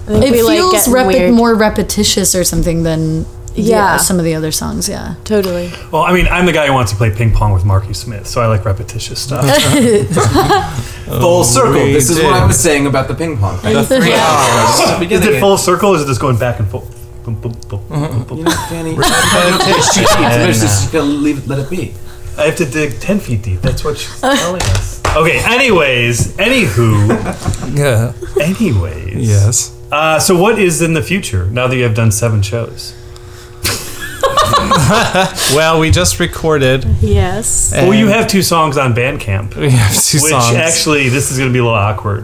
[SPEAKER 5] I think
[SPEAKER 1] It
[SPEAKER 5] we like
[SPEAKER 1] feels
[SPEAKER 5] getting
[SPEAKER 1] repi-
[SPEAKER 5] weird.
[SPEAKER 1] more repetitious or something than yeah.
[SPEAKER 5] Yeah.
[SPEAKER 1] some of the other songs. Yeah,
[SPEAKER 5] Totally.
[SPEAKER 3] Well, I mean, I'm the guy who wants to play ping pong with Marky Smith, so I like repetitious stuff.
[SPEAKER 2] Full circle.
[SPEAKER 4] we
[SPEAKER 2] This is
[SPEAKER 4] did.
[SPEAKER 2] what I was saying about the ping pong. thing.
[SPEAKER 4] The three hours.
[SPEAKER 2] Just
[SPEAKER 3] is
[SPEAKER 2] beginning
[SPEAKER 3] it full circle or is it just going back and forth? Boom, boom, boom, boom, boom.
[SPEAKER 2] You know, Danny,
[SPEAKER 4] Repetition.
[SPEAKER 2] she- she's just gonna leave, let it be.
[SPEAKER 1] Mm-hmm.
[SPEAKER 3] I have to dig 10 feet deep. That's what she's telling us. Okay, anyways, anywho,
[SPEAKER 4] Yeah.
[SPEAKER 3] anyways.
[SPEAKER 4] Yes.
[SPEAKER 3] Uh, so, what is in the future now that you have done seven shows?
[SPEAKER 4] Well, we just recorded.
[SPEAKER 5] Yes.
[SPEAKER 1] Oh,
[SPEAKER 3] well, you
[SPEAKER 4] and
[SPEAKER 3] have two songs on Bandcamp,
[SPEAKER 4] we have two
[SPEAKER 3] which
[SPEAKER 4] songs.
[SPEAKER 3] actually, this is going to be a little awkward.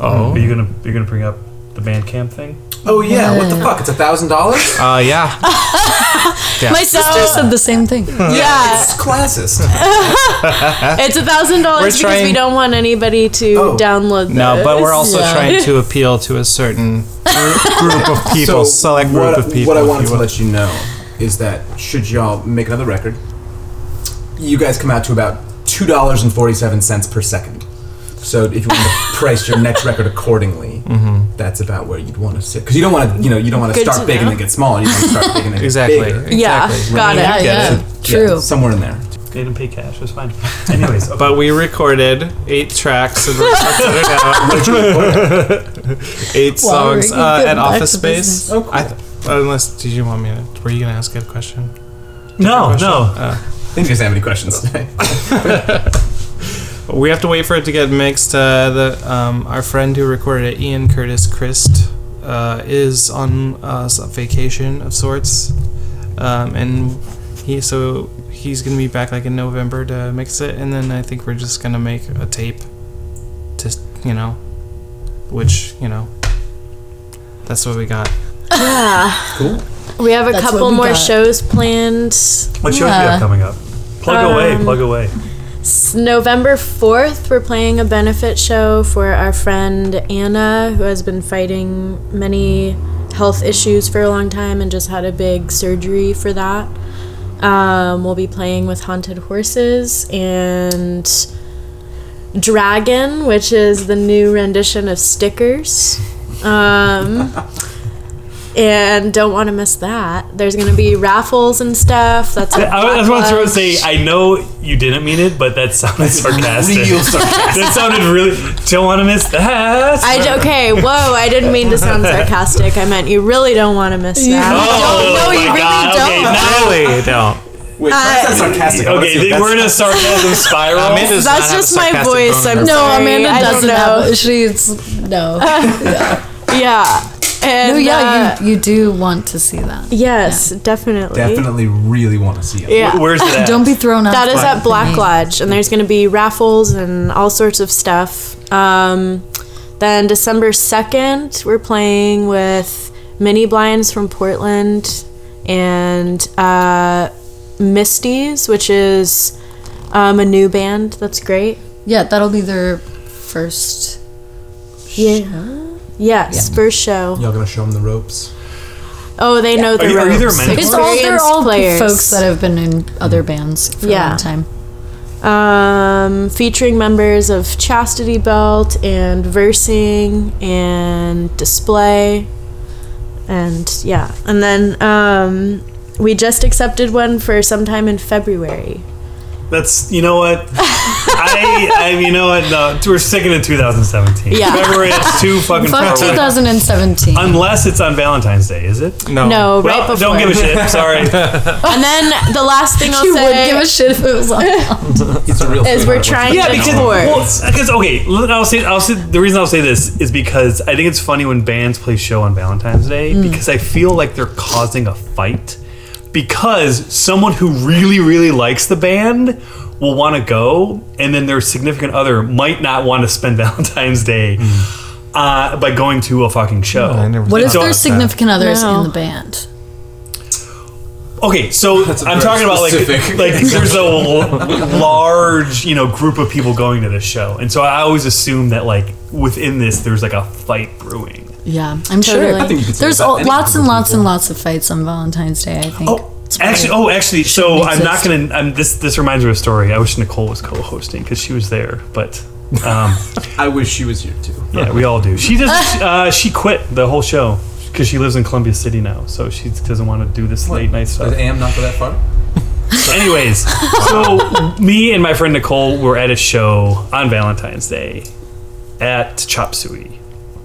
[SPEAKER 3] Um,
[SPEAKER 4] oh,
[SPEAKER 3] Are you gonna you're gonna bring up the Bandcamp thing?
[SPEAKER 2] Oh yeah, what the fuck? It's a thousand dollars.
[SPEAKER 4] uh, yeah.
[SPEAKER 1] my sister said the same thing.
[SPEAKER 5] Yeah,
[SPEAKER 2] It's classist.
[SPEAKER 5] it's a thousand
[SPEAKER 4] We're
[SPEAKER 5] dollars because
[SPEAKER 4] trying-
[SPEAKER 5] we don't want anybody to
[SPEAKER 2] Oh.
[SPEAKER 5] download.
[SPEAKER 4] No, but we're
[SPEAKER 5] this.
[SPEAKER 4] also
[SPEAKER 1] Yeah.
[SPEAKER 4] trying to appeal to a certain gr- group of people, select group
[SPEAKER 2] what,
[SPEAKER 4] of people.
[SPEAKER 2] What I
[SPEAKER 4] if
[SPEAKER 2] wanted
[SPEAKER 4] you
[SPEAKER 2] to
[SPEAKER 4] will.
[SPEAKER 2] let you know is that should y'all make another record, you guys come out to about two dollars and forty-seven cents per second. So if you want to price your next record accordingly,
[SPEAKER 4] Mm-hmm.
[SPEAKER 2] that's about where you'd want to sit because you don't want to, you know, you don't want to
[SPEAKER 5] Good
[SPEAKER 2] start
[SPEAKER 5] to
[SPEAKER 2] big and
[SPEAKER 5] know.
[SPEAKER 2] then get smaller. You want to start big and then get
[SPEAKER 4] Exactly.
[SPEAKER 2] bigger.
[SPEAKER 5] Yeah,
[SPEAKER 4] Exactly.
[SPEAKER 5] got it.
[SPEAKER 1] Yeah,
[SPEAKER 4] get
[SPEAKER 1] yeah, true.
[SPEAKER 2] Yeah, somewhere in there.
[SPEAKER 3] They didn't pay cash. It's fine. Anyways, okay.
[SPEAKER 4] But we recorded eight tracks and we're putting it out. eight
[SPEAKER 1] Wow, we're
[SPEAKER 4] songs uh,
[SPEAKER 1] getting
[SPEAKER 4] at
[SPEAKER 1] back
[SPEAKER 4] Office
[SPEAKER 1] to
[SPEAKER 4] Space.
[SPEAKER 1] business.
[SPEAKER 2] Oh, cool.
[SPEAKER 4] I th- unless, did you want me to? Were you gonna ask a question? Oh.
[SPEAKER 3] no, no.
[SPEAKER 2] Didn't you guys have any questions today?
[SPEAKER 4] We have to wait for it to get mixed. Uh, the um, our friend who recorded it, Ian Curtis Christ, uh, is on uh, s- vacation of sorts, um, and he so he's gonna be back like in November to mix it, and then I think we're just gonna make a tape, to s- you know, which you know, that's what we got.
[SPEAKER 5] Yeah.
[SPEAKER 2] Cool.
[SPEAKER 5] We have a
[SPEAKER 1] That's what
[SPEAKER 5] couple
[SPEAKER 1] we
[SPEAKER 5] more
[SPEAKER 1] got.
[SPEAKER 5] shows planned.
[SPEAKER 3] What shows do you have
[SPEAKER 1] Yeah. Um,
[SPEAKER 3] coming up? Plug away, plug away.
[SPEAKER 5] S- November 4th, we're playing a benefit show for our friend Anna, who has been fighting many health issues for a long time and just had a big surgery for that. Um, we'll be playing with Haunted Horses and Dragon, which is the new rendition of Stickers. Um, and don't want to miss that. There's going to be raffles and stuff. That's a
[SPEAKER 3] I was about to
[SPEAKER 5] potluck.
[SPEAKER 3] say, I know you didn't mean it, but that sounded sarcastic.
[SPEAKER 2] Real sarcastic.
[SPEAKER 3] that sounded really. Don't want to miss that.
[SPEAKER 5] I d- okay, whoa, I didn't mean to sound sarcastic. I meant you really don't want to miss that.
[SPEAKER 3] oh, my
[SPEAKER 1] no, you really
[SPEAKER 3] God. Okay,
[SPEAKER 1] don't.
[SPEAKER 3] now-
[SPEAKER 4] Really? Don't.
[SPEAKER 2] Wait, that's not sarcastic. I wanna see
[SPEAKER 3] okay,
[SPEAKER 2] what
[SPEAKER 3] we're in
[SPEAKER 2] that's-
[SPEAKER 3] a sarcasm spiral.
[SPEAKER 4] Amanda's not
[SPEAKER 5] That's
[SPEAKER 4] have a
[SPEAKER 5] just my
[SPEAKER 4] sarcastic
[SPEAKER 5] voice.
[SPEAKER 4] bone.
[SPEAKER 5] I'm
[SPEAKER 1] No,
[SPEAKER 5] sorry.
[SPEAKER 1] Amanda
[SPEAKER 5] I don't
[SPEAKER 1] doesn't
[SPEAKER 5] know.
[SPEAKER 1] have. She's no.
[SPEAKER 5] Yeah. And,
[SPEAKER 1] no, yeah,
[SPEAKER 5] uh,
[SPEAKER 1] you you do want to see that.
[SPEAKER 5] yes, definitely.
[SPEAKER 2] Definitely really want to see it.
[SPEAKER 5] Yeah.
[SPEAKER 3] Wh- Where's that?
[SPEAKER 1] Don't be thrown off.
[SPEAKER 5] That is
[SPEAKER 1] by
[SPEAKER 5] at Black
[SPEAKER 3] Mm-hmm.
[SPEAKER 1] me.
[SPEAKER 5] Lodge, and there's going to be raffles and all sorts of stuff. Um, then December 2nd, we're playing with Mini Blinds from Portland and uh, Misties, which is um, a new band that's great.
[SPEAKER 1] Yeah, that'll be their first.
[SPEAKER 5] Yeah. Yes, first show.
[SPEAKER 2] Y'all gonna show them the ropes?
[SPEAKER 5] Oh, they know the
[SPEAKER 3] Are you- are you
[SPEAKER 5] ropes.
[SPEAKER 3] their mentor?
[SPEAKER 1] It's all they're
[SPEAKER 5] Experienced
[SPEAKER 1] all
[SPEAKER 5] players.
[SPEAKER 1] folks that have been in other bands for a
[SPEAKER 5] Yeah.
[SPEAKER 1] long time.
[SPEAKER 5] um, featuring members of Chastity Belt and Versing and Display, and yeah, and then um, we just accepted one for sometime in February.
[SPEAKER 3] That's you know what I, I you know what no we're sticking to 2017.
[SPEAKER 5] Yeah.
[SPEAKER 3] February it's too fucking far
[SPEAKER 1] Fuck
[SPEAKER 3] away.
[SPEAKER 1] 2017.
[SPEAKER 3] Unless it's on Valentine's Day, is it?
[SPEAKER 4] No.
[SPEAKER 5] No,
[SPEAKER 3] Oh. Well,
[SPEAKER 5] Oh, right before.
[SPEAKER 3] don't give a shit. Sorry.
[SPEAKER 5] And then the last thing I'll
[SPEAKER 1] you would
[SPEAKER 5] say
[SPEAKER 1] give a shit if it was on.
[SPEAKER 2] It's a real.
[SPEAKER 5] is we're trying
[SPEAKER 3] yeah,
[SPEAKER 5] to
[SPEAKER 3] because
[SPEAKER 5] tour.
[SPEAKER 3] well, 'cause, okay, l- I'll say I'll say the reason I'll say this is because I think it's funny when bands play show on Valentine's Day
[SPEAKER 1] Mm.
[SPEAKER 3] because I feel like they're causing a fight because someone who really really likes the band will want to go and then their significant other might not want to spend Valentine's Day uh, by going to a fucking show.
[SPEAKER 4] Mm. I never
[SPEAKER 1] What
[SPEAKER 4] thought
[SPEAKER 1] if
[SPEAKER 3] So-
[SPEAKER 1] their
[SPEAKER 4] about that.
[SPEAKER 1] significant other is
[SPEAKER 5] No.
[SPEAKER 1] in the band?
[SPEAKER 3] Okay, so
[SPEAKER 2] That's
[SPEAKER 3] I'm
[SPEAKER 2] very
[SPEAKER 3] talking about like
[SPEAKER 2] specific.
[SPEAKER 3] like there's a l- large you know group of people going to this show, and so I always assume that like within this there's like a fight brewing.
[SPEAKER 5] Yeah,
[SPEAKER 1] I'm sure.
[SPEAKER 5] totally.
[SPEAKER 2] think you could say
[SPEAKER 1] There's
[SPEAKER 2] that
[SPEAKER 1] all,
[SPEAKER 2] any
[SPEAKER 1] lots and
[SPEAKER 2] group of
[SPEAKER 1] lots and lots of fights on Valentine's Day. I think.
[SPEAKER 3] Oh, actually, oh, actually. So
[SPEAKER 1] shouldn't
[SPEAKER 3] I'm not
[SPEAKER 1] exist.
[SPEAKER 3] gonna. I'm, this this reminds me of a story. I wish Nicole was co-hosting because she was there, but um,
[SPEAKER 2] I wish she was here too.
[SPEAKER 3] yeah, we all do. She does. Uh, she quit the whole show because she lives in Columbia City now, so she doesn't want to do this late night stuff.
[SPEAKER 2] Does AM not go that far?
[SPEAKER 3] Anyways, so me and my friend Nicole were at a show on Valentine's Day at Chop Suey,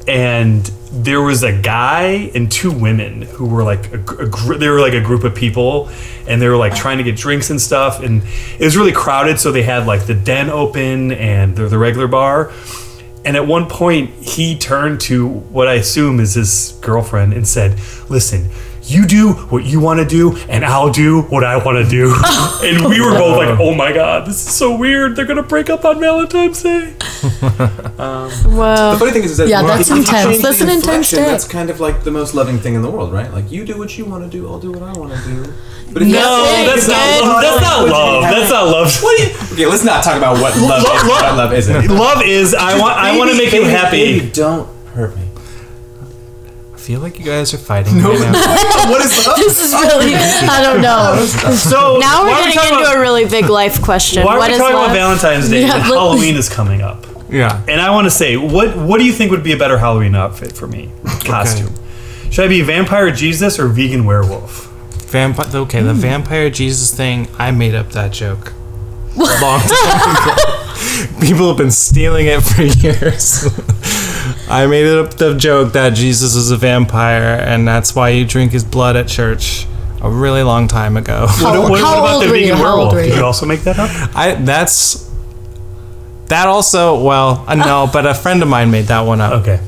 [SPEAKER 3] and there was a guy and two women who were like a, gr- a gr- they were like a group of people, and they were like trying to get drinks and stuff, and it was really crowded. So they had like the den open and the, the regular bar. And at one point, he turned to what I assume is his girlfriend and said, Listen, you do what you want to do, and I'll do what I want to do. and we were both like, Oh my God, this is so weird. They're going to break up on Valentine's Day.
[SPEAKER 5] Whoa.
[SPEAKER 2] The funny thing is, is that
[SPEAKER 1] Yeah,
[SPEAKER 2] if you change
[SPEAKER 1] that's
[SPEAKER 2] the
[SPEAKER 1] intense. That's an intense
[SPEAKER 2] inflection,
[SPEAKER 1] day.
[SPEAKER 2] That's kind of like the most loving thing in the world, right? Like you do what you want to do, I'll do what I want to do. But if you-
[SPEAKER 3] No, that's not love. That's not love. That's not love.
[SPEAKER 2] What do you- okay, let's not talk about what love is. What love isn't.
[SPEAKER 3] Love is I want I want to make you
[SPEAKER 2] Baby, baby,
[SPEAKER 3] happy.
[SPEAKER 2] don't hurt me.
[SPEAKER 4] I feel like you guys are fighting. No,
[SPEAKER 2] what is love?
[SPEAKER 5] This is really, I don't know.
[SPEAKER 3] So
[SPEAKER 5] Now
[SPEAKER 3] why
[SPEAKER 5] we're
[SPEAKER 3] are we
[SPEAKER 5] getting
[SPEAKER 3] talking
[SPEAKER 5] into
[SPEAKER 3] about,
[SPEAKER 5] a really big life question.
[SPEAKER 3] why are
[SPEAKER 5] What
[SPEAKER 3] we
[SPEAKER 5] is
[SPEAKER 3] talking about
[SPEAKER 5] love?
[SPEAKER 3] Valentine's Day?
[SPEAKER 5] Yeah,
[SPEAKER 3] and
[SPEAKER 5] let-
[SPEAKER 3] Halloween is coming up.
[SPEAKER 4] Yeah.
[SPEAKER 3] And I want to say, what what do you think would be a better Halloween outfit for me? Costume. Should I be vampire Jesus or vegan werewolf?
[SPEAKER 4] Vampire. Okay, the vampire Jesus thing. I made up that joke. Long time ago. People have been stealing it for years. I made up the joke that Jesus is a vampire, and that's why you drink his blood at church. A really long time ago.
[SPEAKER 1] How-
[SPEAKER 3] what,
[SPEAKER 1] how
[SPEAKER 3] about
[SPEAKER 1] old
[SPEAKER 3] the
[SPEAKER 1] were you?
[SPEAKER 3] vegan
[SPEAKER 1] How old
[SPEAKER 3] werewolf?
[SPEAKER 1] were
[SPEAKER 3] Did
[SPEAKER 1] you?
[SPEAKER 3] you also make that up?
[SPEAKER 4] I that's that also well uh, no, but a friend of mine made that one up.
[SPEAKER 3] Okay.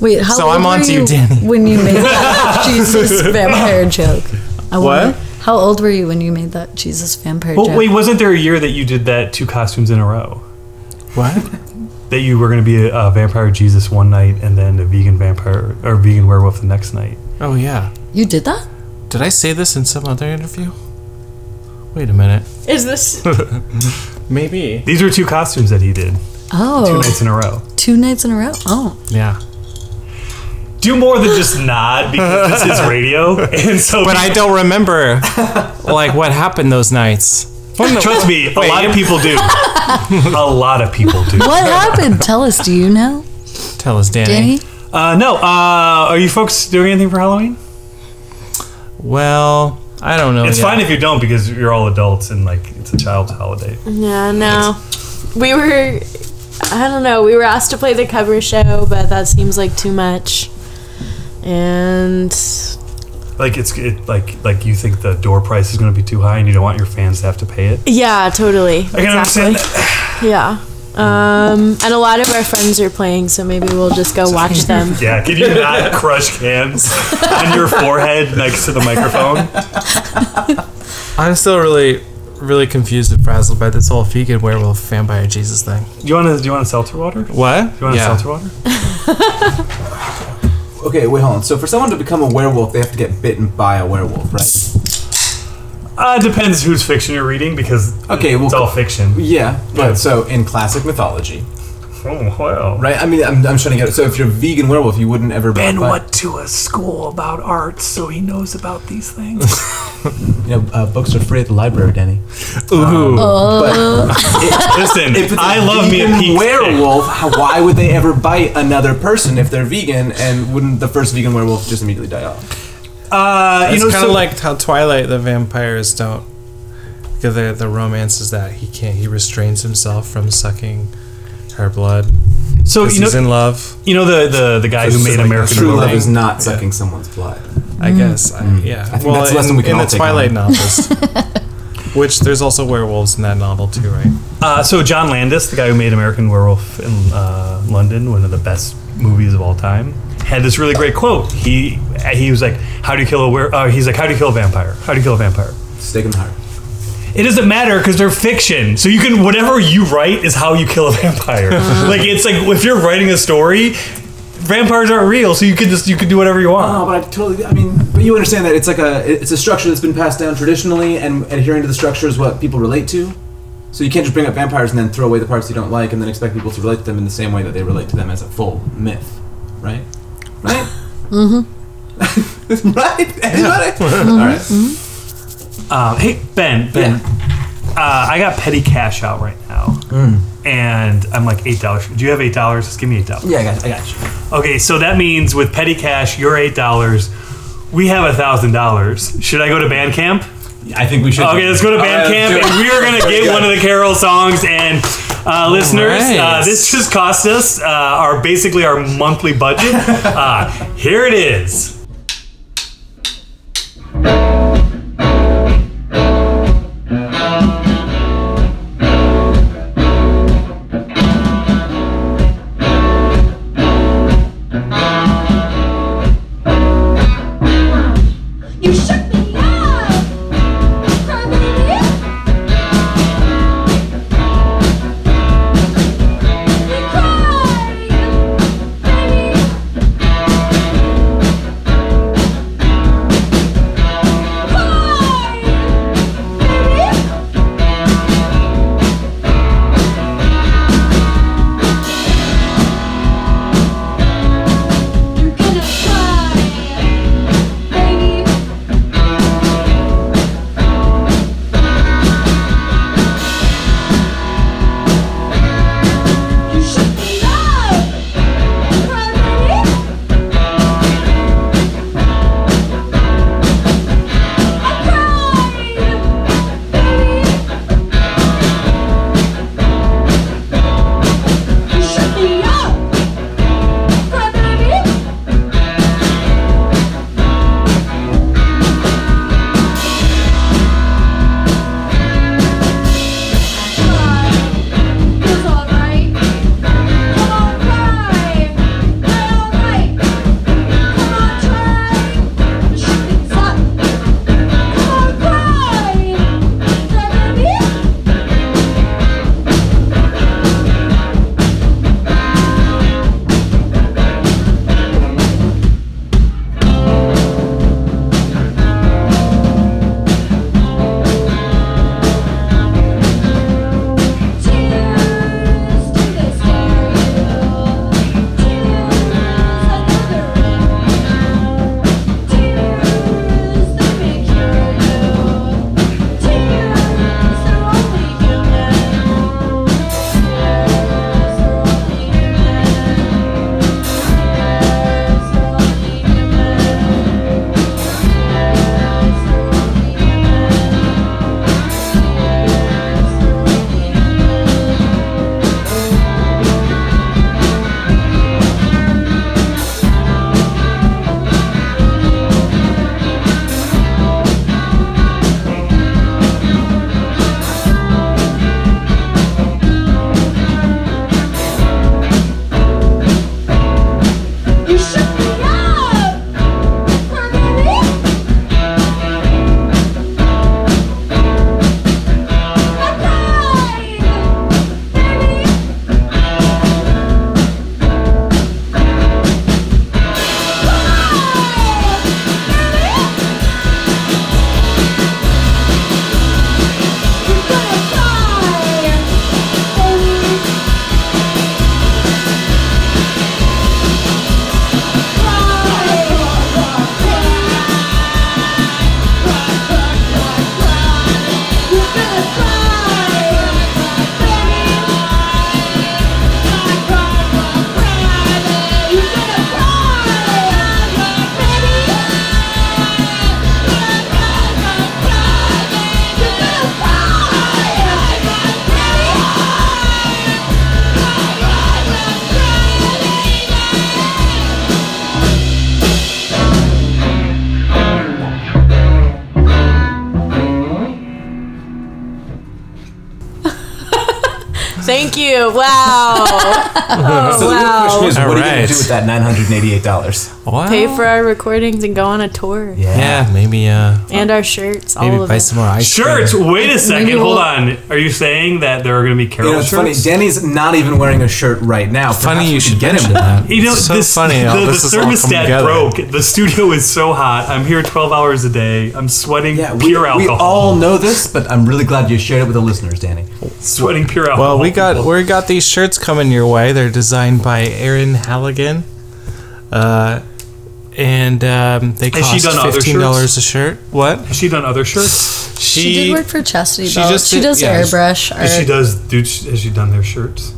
[SPEAKER 1] Wait, how
[SPEAKER 4] So
[SPEAKER 1] old
[SPEAKER 4] I'm
[SPEAKER 1] were
[SPEAKER 4] on to you, Danny.
[SPEAKER 1] When you made that Jesus vampire joke, I
[SPEAKER 4] What?
[SPEAKER 1] wonder- How old were you when you made that Jesus vampire
[SPEAKER 3] Well,
[SPEAKER 1] joke?
[SPEAKER 3] wait, wasn't there a year that you did that two costumes in a row?
[SPEAKER 4] What?
[SPEAKER 3] That you were going to be a, a vampire Jesus one night and then a vegan vampire or vegan werewolf the next night?
[SPEAKER 4] Oh yeah.
[SPEAKER 1] you did that?
[SPEAKER 4] Did I say this in some other interview? Wait a minute.
[SPEAKER 5] Is this
[SPEAKER 4] Maybe.
[SPEAKER 3] These were two costumes that he did two
[SPEAKER 1] Oh,
[SPEAKER 3] nights in a row.
[SPEAKER 1] two nights in a row. Oh,
[SPEAKER 4] Yeah.
[SPEAKER 3] Do more than just nod because this is radio, and so.
[SPEAKER 4] But I don't remember like what happened those nights.
[SPEAKER 3] Trust me, a lot of people do. a lot of people do.
[SPEAKER 1] what happened? Tell us. Do you know,
[SPEAKER 4] Tell us, Danny.
[SPEAKER 1] Danny?
[SPEAKER 3] Uh, no. Uh, are you folks doing anything for Halloween?
[SPEAKER 4] Well, I don't know.
[SPEAKER 3] It's
[SPEAKER 4] yet.
[SPEAKER 3] fine if you don't because you're all adults and like it's a child's holiday.
[SPEAKER 5] Yeah, no. We were, I don't know, we were asked to play the cover show, but that seems like too much. And
[SPEAKER 3] Like it's it, like like you think the door price is going to be too high and you don't want your fans to have to pay it.
[SPEAKER 5] yeah, totally.
[SPEAKER 3] I can understand that.
[SPEAKER 5] Yeah. Um, and a lot of our friends are playing, so maybe we'll just go watch them.
[SPEAKER 3] Yeah, can you not crush cans on your forehead next to the microphone?
[SPEAKER 4] I'm still really really confused and frazzled by this whole vegan werewolf vampire Jesus thing.
[SPEAKER 3] Do you want to do you want a seltzer water? Do
[SPEAKER 4] What?
[SPEAKER 3] you want a seltzer water?
[SPEAKER 2] Okay, wait, hold on. So for someone to become a werewolf, they have to get bitten by a werewolf, right?
[SPEAKER 3] Uh, depends whose fiction you're reading because
[SPEAKER 2] Okay, well,
[SPEAKER 3] it's all fiction.
[SPEAKER 2] yeah,
[SPEAKER 3] Yeah.
[SPEAKER 2] but so in classic mythology,
[SPEAKER 3] Oh wow.
[SPEAKER 2] right? I mean, I'm, I'm trying to get it. So if you're a vegan werewolf, you wouldn't ever.
[SPEAKER 3] Ben
[SPEAKER 2] but-
[SPEAKER 3] went to a school about art, so he knows about these things.
[SPEAKER 2] You know, uh, books are free at the library, Danny.
[SPEAKER 4] Ooh.
[SPEAKER 2] Oh. But
[SPEAKER 3] Um, Listen,
[SPEAKER 2] if it's
[SPEAKER 3] I
[SPEAKER 2] a
[SPEAKER 3] love me a
[SPEAKER 2] vegan
[SPEAKER 3] Pete's pick.
[SPEAKER 2] werewolf. How, why would they ever bite another person if they're vegan? And wouldn't the first vegan werewolf just immediately die off?
[SPEAKER 3] Uh, you
[SPEAKER 4] it's
[SPEAKER 3] know,
[SPEAKER 4] kind of
[SPEAKER 3] so-
[SPEAKER 4] like how Twilight the vampires don't. Because the the romance is that he can't. He restrains himself from sucking her blood.
[SPEAKER 3] so
[SPEAKER 4] because
[SPEAKER 3] you know,
[SPEAKER 4] he's in love.
[SPEAKER 3] you know the the the guy who made American
[SPEAKER 2] True love
[SPEAKER 3] Werewolf.
[SPEAKER 2] is not sucking someone's blood.
[SPEAKER 4] I guess. Mm. I, yeah.
[SPEAKER 2] I think that's a lesson
[SPEAKER 4] in,
[SPEAKER 2] we can
[SPEAKER 4] in
[SPEAKER 2] all
[SPEAKER 4] the
[SPEAKER 2] take
[SPEAKER 4] Twilight
[SPEAKER 2] on.
[SPEAKER 4] novels. Which there's also werewolves in that novel too, right?
[SPEAKER 3] Uh, so John Landis, the guy who made American Werewolf in uh, London, one of the best movies of all time, had this really great quote. He he was like, "How do you kill a were?" Uh, he's like, "How do you kill a vampire? How do you kill a vampire?"
[SPEAKER 2] Stake in the heart.
[SPEAKER 3] It doesn't matter because they're fiction. So you can whatever you write is how you kill a vampire. like it's like if you're writing a story, vampires aren't real, so you could just you could do whatever you want.
[SPEAKER 2] No, Oh, but I totally. I mean, but you understand that it's like a it's a structure that's been passed down traditionally, and adhering to the structure is what people relate to. So you can't just bring up vampires and then throw away the parts you don't like, and then expect people to relate to them in the same way that they relate to them as a full myth, right? Right. Mm-hmm. right. Anybody? All right.
[SPEAKER 3] Um, hey Ben, Ben, uh, I got petty cash out right now, and I'm like eight dollars. Do you have eight dollars? Just give me eight dollars.
[SPEAKER 2] Yeah, I got, I got you.
[SPEAKER 3] Okay, so that means with petty cash, you're eight dollars. We have a thousand dollars. Should I go to Bandcamp?
[SPEAKER 2] I think we should.
[SPEAKER 3] Okay, let's go to
[SPEAKER 2] All right, let's
[SPEAKER 3] Bandcamp,
[SPEAKER 2] Uh, do it.
[SPEAKER 3] and we are gonna get one of the Carol songs. And uh, listeners, uh,
[SPEAKER 4] right.
[SPEAKER 3] this just cost us uh, our basically our monthly budget. Uh, here it is.
[SPEAKER 7] You shook me up. I'm an idiot. You cried, baby. Cried, baby. You're gonna cry, baby. You shook me up, cry baby. I cried, baby. You shook me up, cry baby. Cry, it's alright. Come on, cry. Not alright. Come on, try. Shut it up. Come on, cry. Cry, baby. Tears to the stereo. Tears another rain. Tears that make you blue. Tears are only human. Tears are only human. Tears are only human. Tears are only human. You shook me up, honey. I cried, baby. You're gonna cry, baby.
[SPEAKER 5] Thank you. Wow.
[SPEAKER 2] So the real question is,
[SPEAKER 4] All
[SPEAKER 3] Oh,
[SPEAKER 2] what are you going
[SPEAKER 4] right.
[SPEAKER 2] to do with that nine hundred and eighty-eight dollars?
[SPEAKER 4] Wow.
[SPEAKER 5] Pay for our recordings and go on a tour.
[SPEAKER 4] Yeah, maybe uh,
[SPEAKER 5] And our shirts, all
[SPEAKER 4] maybe
[SPEAKER 5] of
[SPEAKER 4] buy
[SPEAKER 5] it.
[SPEAKER 4] some more ice.
[SPEAKER 3] Shirts.
[SPEAKER 4] cream.
[SPEAKER 3] Wait a second.
[SPEAKER 1] we'll-
[SPEAKER 3] Hold on. Are you saying that there are going to be Carol
[SPEAKER 2] You know, it's funny.
[SPEAKER 3] shirts?
[SPEAKER 2] Danny's not even wearing a shirt right now.
[SPEAKER 4] Funny
[SPEAKER 2] Perhaps
[SPEAKER 4] you
[SPEAKER 2] we
[SPEAKER 4] should
[SPEAKER 2] could
[SPEAKER 4] get him that.
[SPEAKER 3] You know,
[SPEAKER 4] It's so
[SPEAKER 3] this,
[SPEAKER 4] funny
[SPEAKER 3] The,
[SPEAKER 4] how
[SPEAKER 3] the
[SPEAKER 4] this is all coming
[SPEAKER 3] thermostat
[SPEAKER 4] together.
[SPEAKER 3] broke. The studio is so hot. I'm here 12 hours a day. I'm sweating
[SPEAKER 2] Yeah, we,
[SPEAKER 3] pure
[SPEAKER 2] we
[SPEAKER 3] alcohol.
[SPEAKER 2] all know this, but I'm really glad you shared it with the listeners, Danny.
[SPEAKER 3] sweating pure alcohol.
[SPEAKER 4] Well, we got we got these shirts coming your way. They're designed by Erin Halligan, uh, and um, they
[SPEAKER 3] Has
[SPEAKER 4] cost
[SPEAKER 3] she done other
[SPEAKER 4] fifteen dollars a shirt. What
[SPEAKER 3] Has she done other shirts?
[SPEAKER 4] she,
[SPEAKER 1] She did work for Chastity
[SPEAKER 4] she
[SPEAKER 1] Belt.
[SPEAKER 4] just
[SPEAKER 1] she
[SPEAKER 4] did-
[SPEAKER 1] does
[SPEAKER 4] yeah.
[SPEAKER 1] airbrush art.
[SPEAKER 3] Has she does. Dude, sh- has she done their shirts?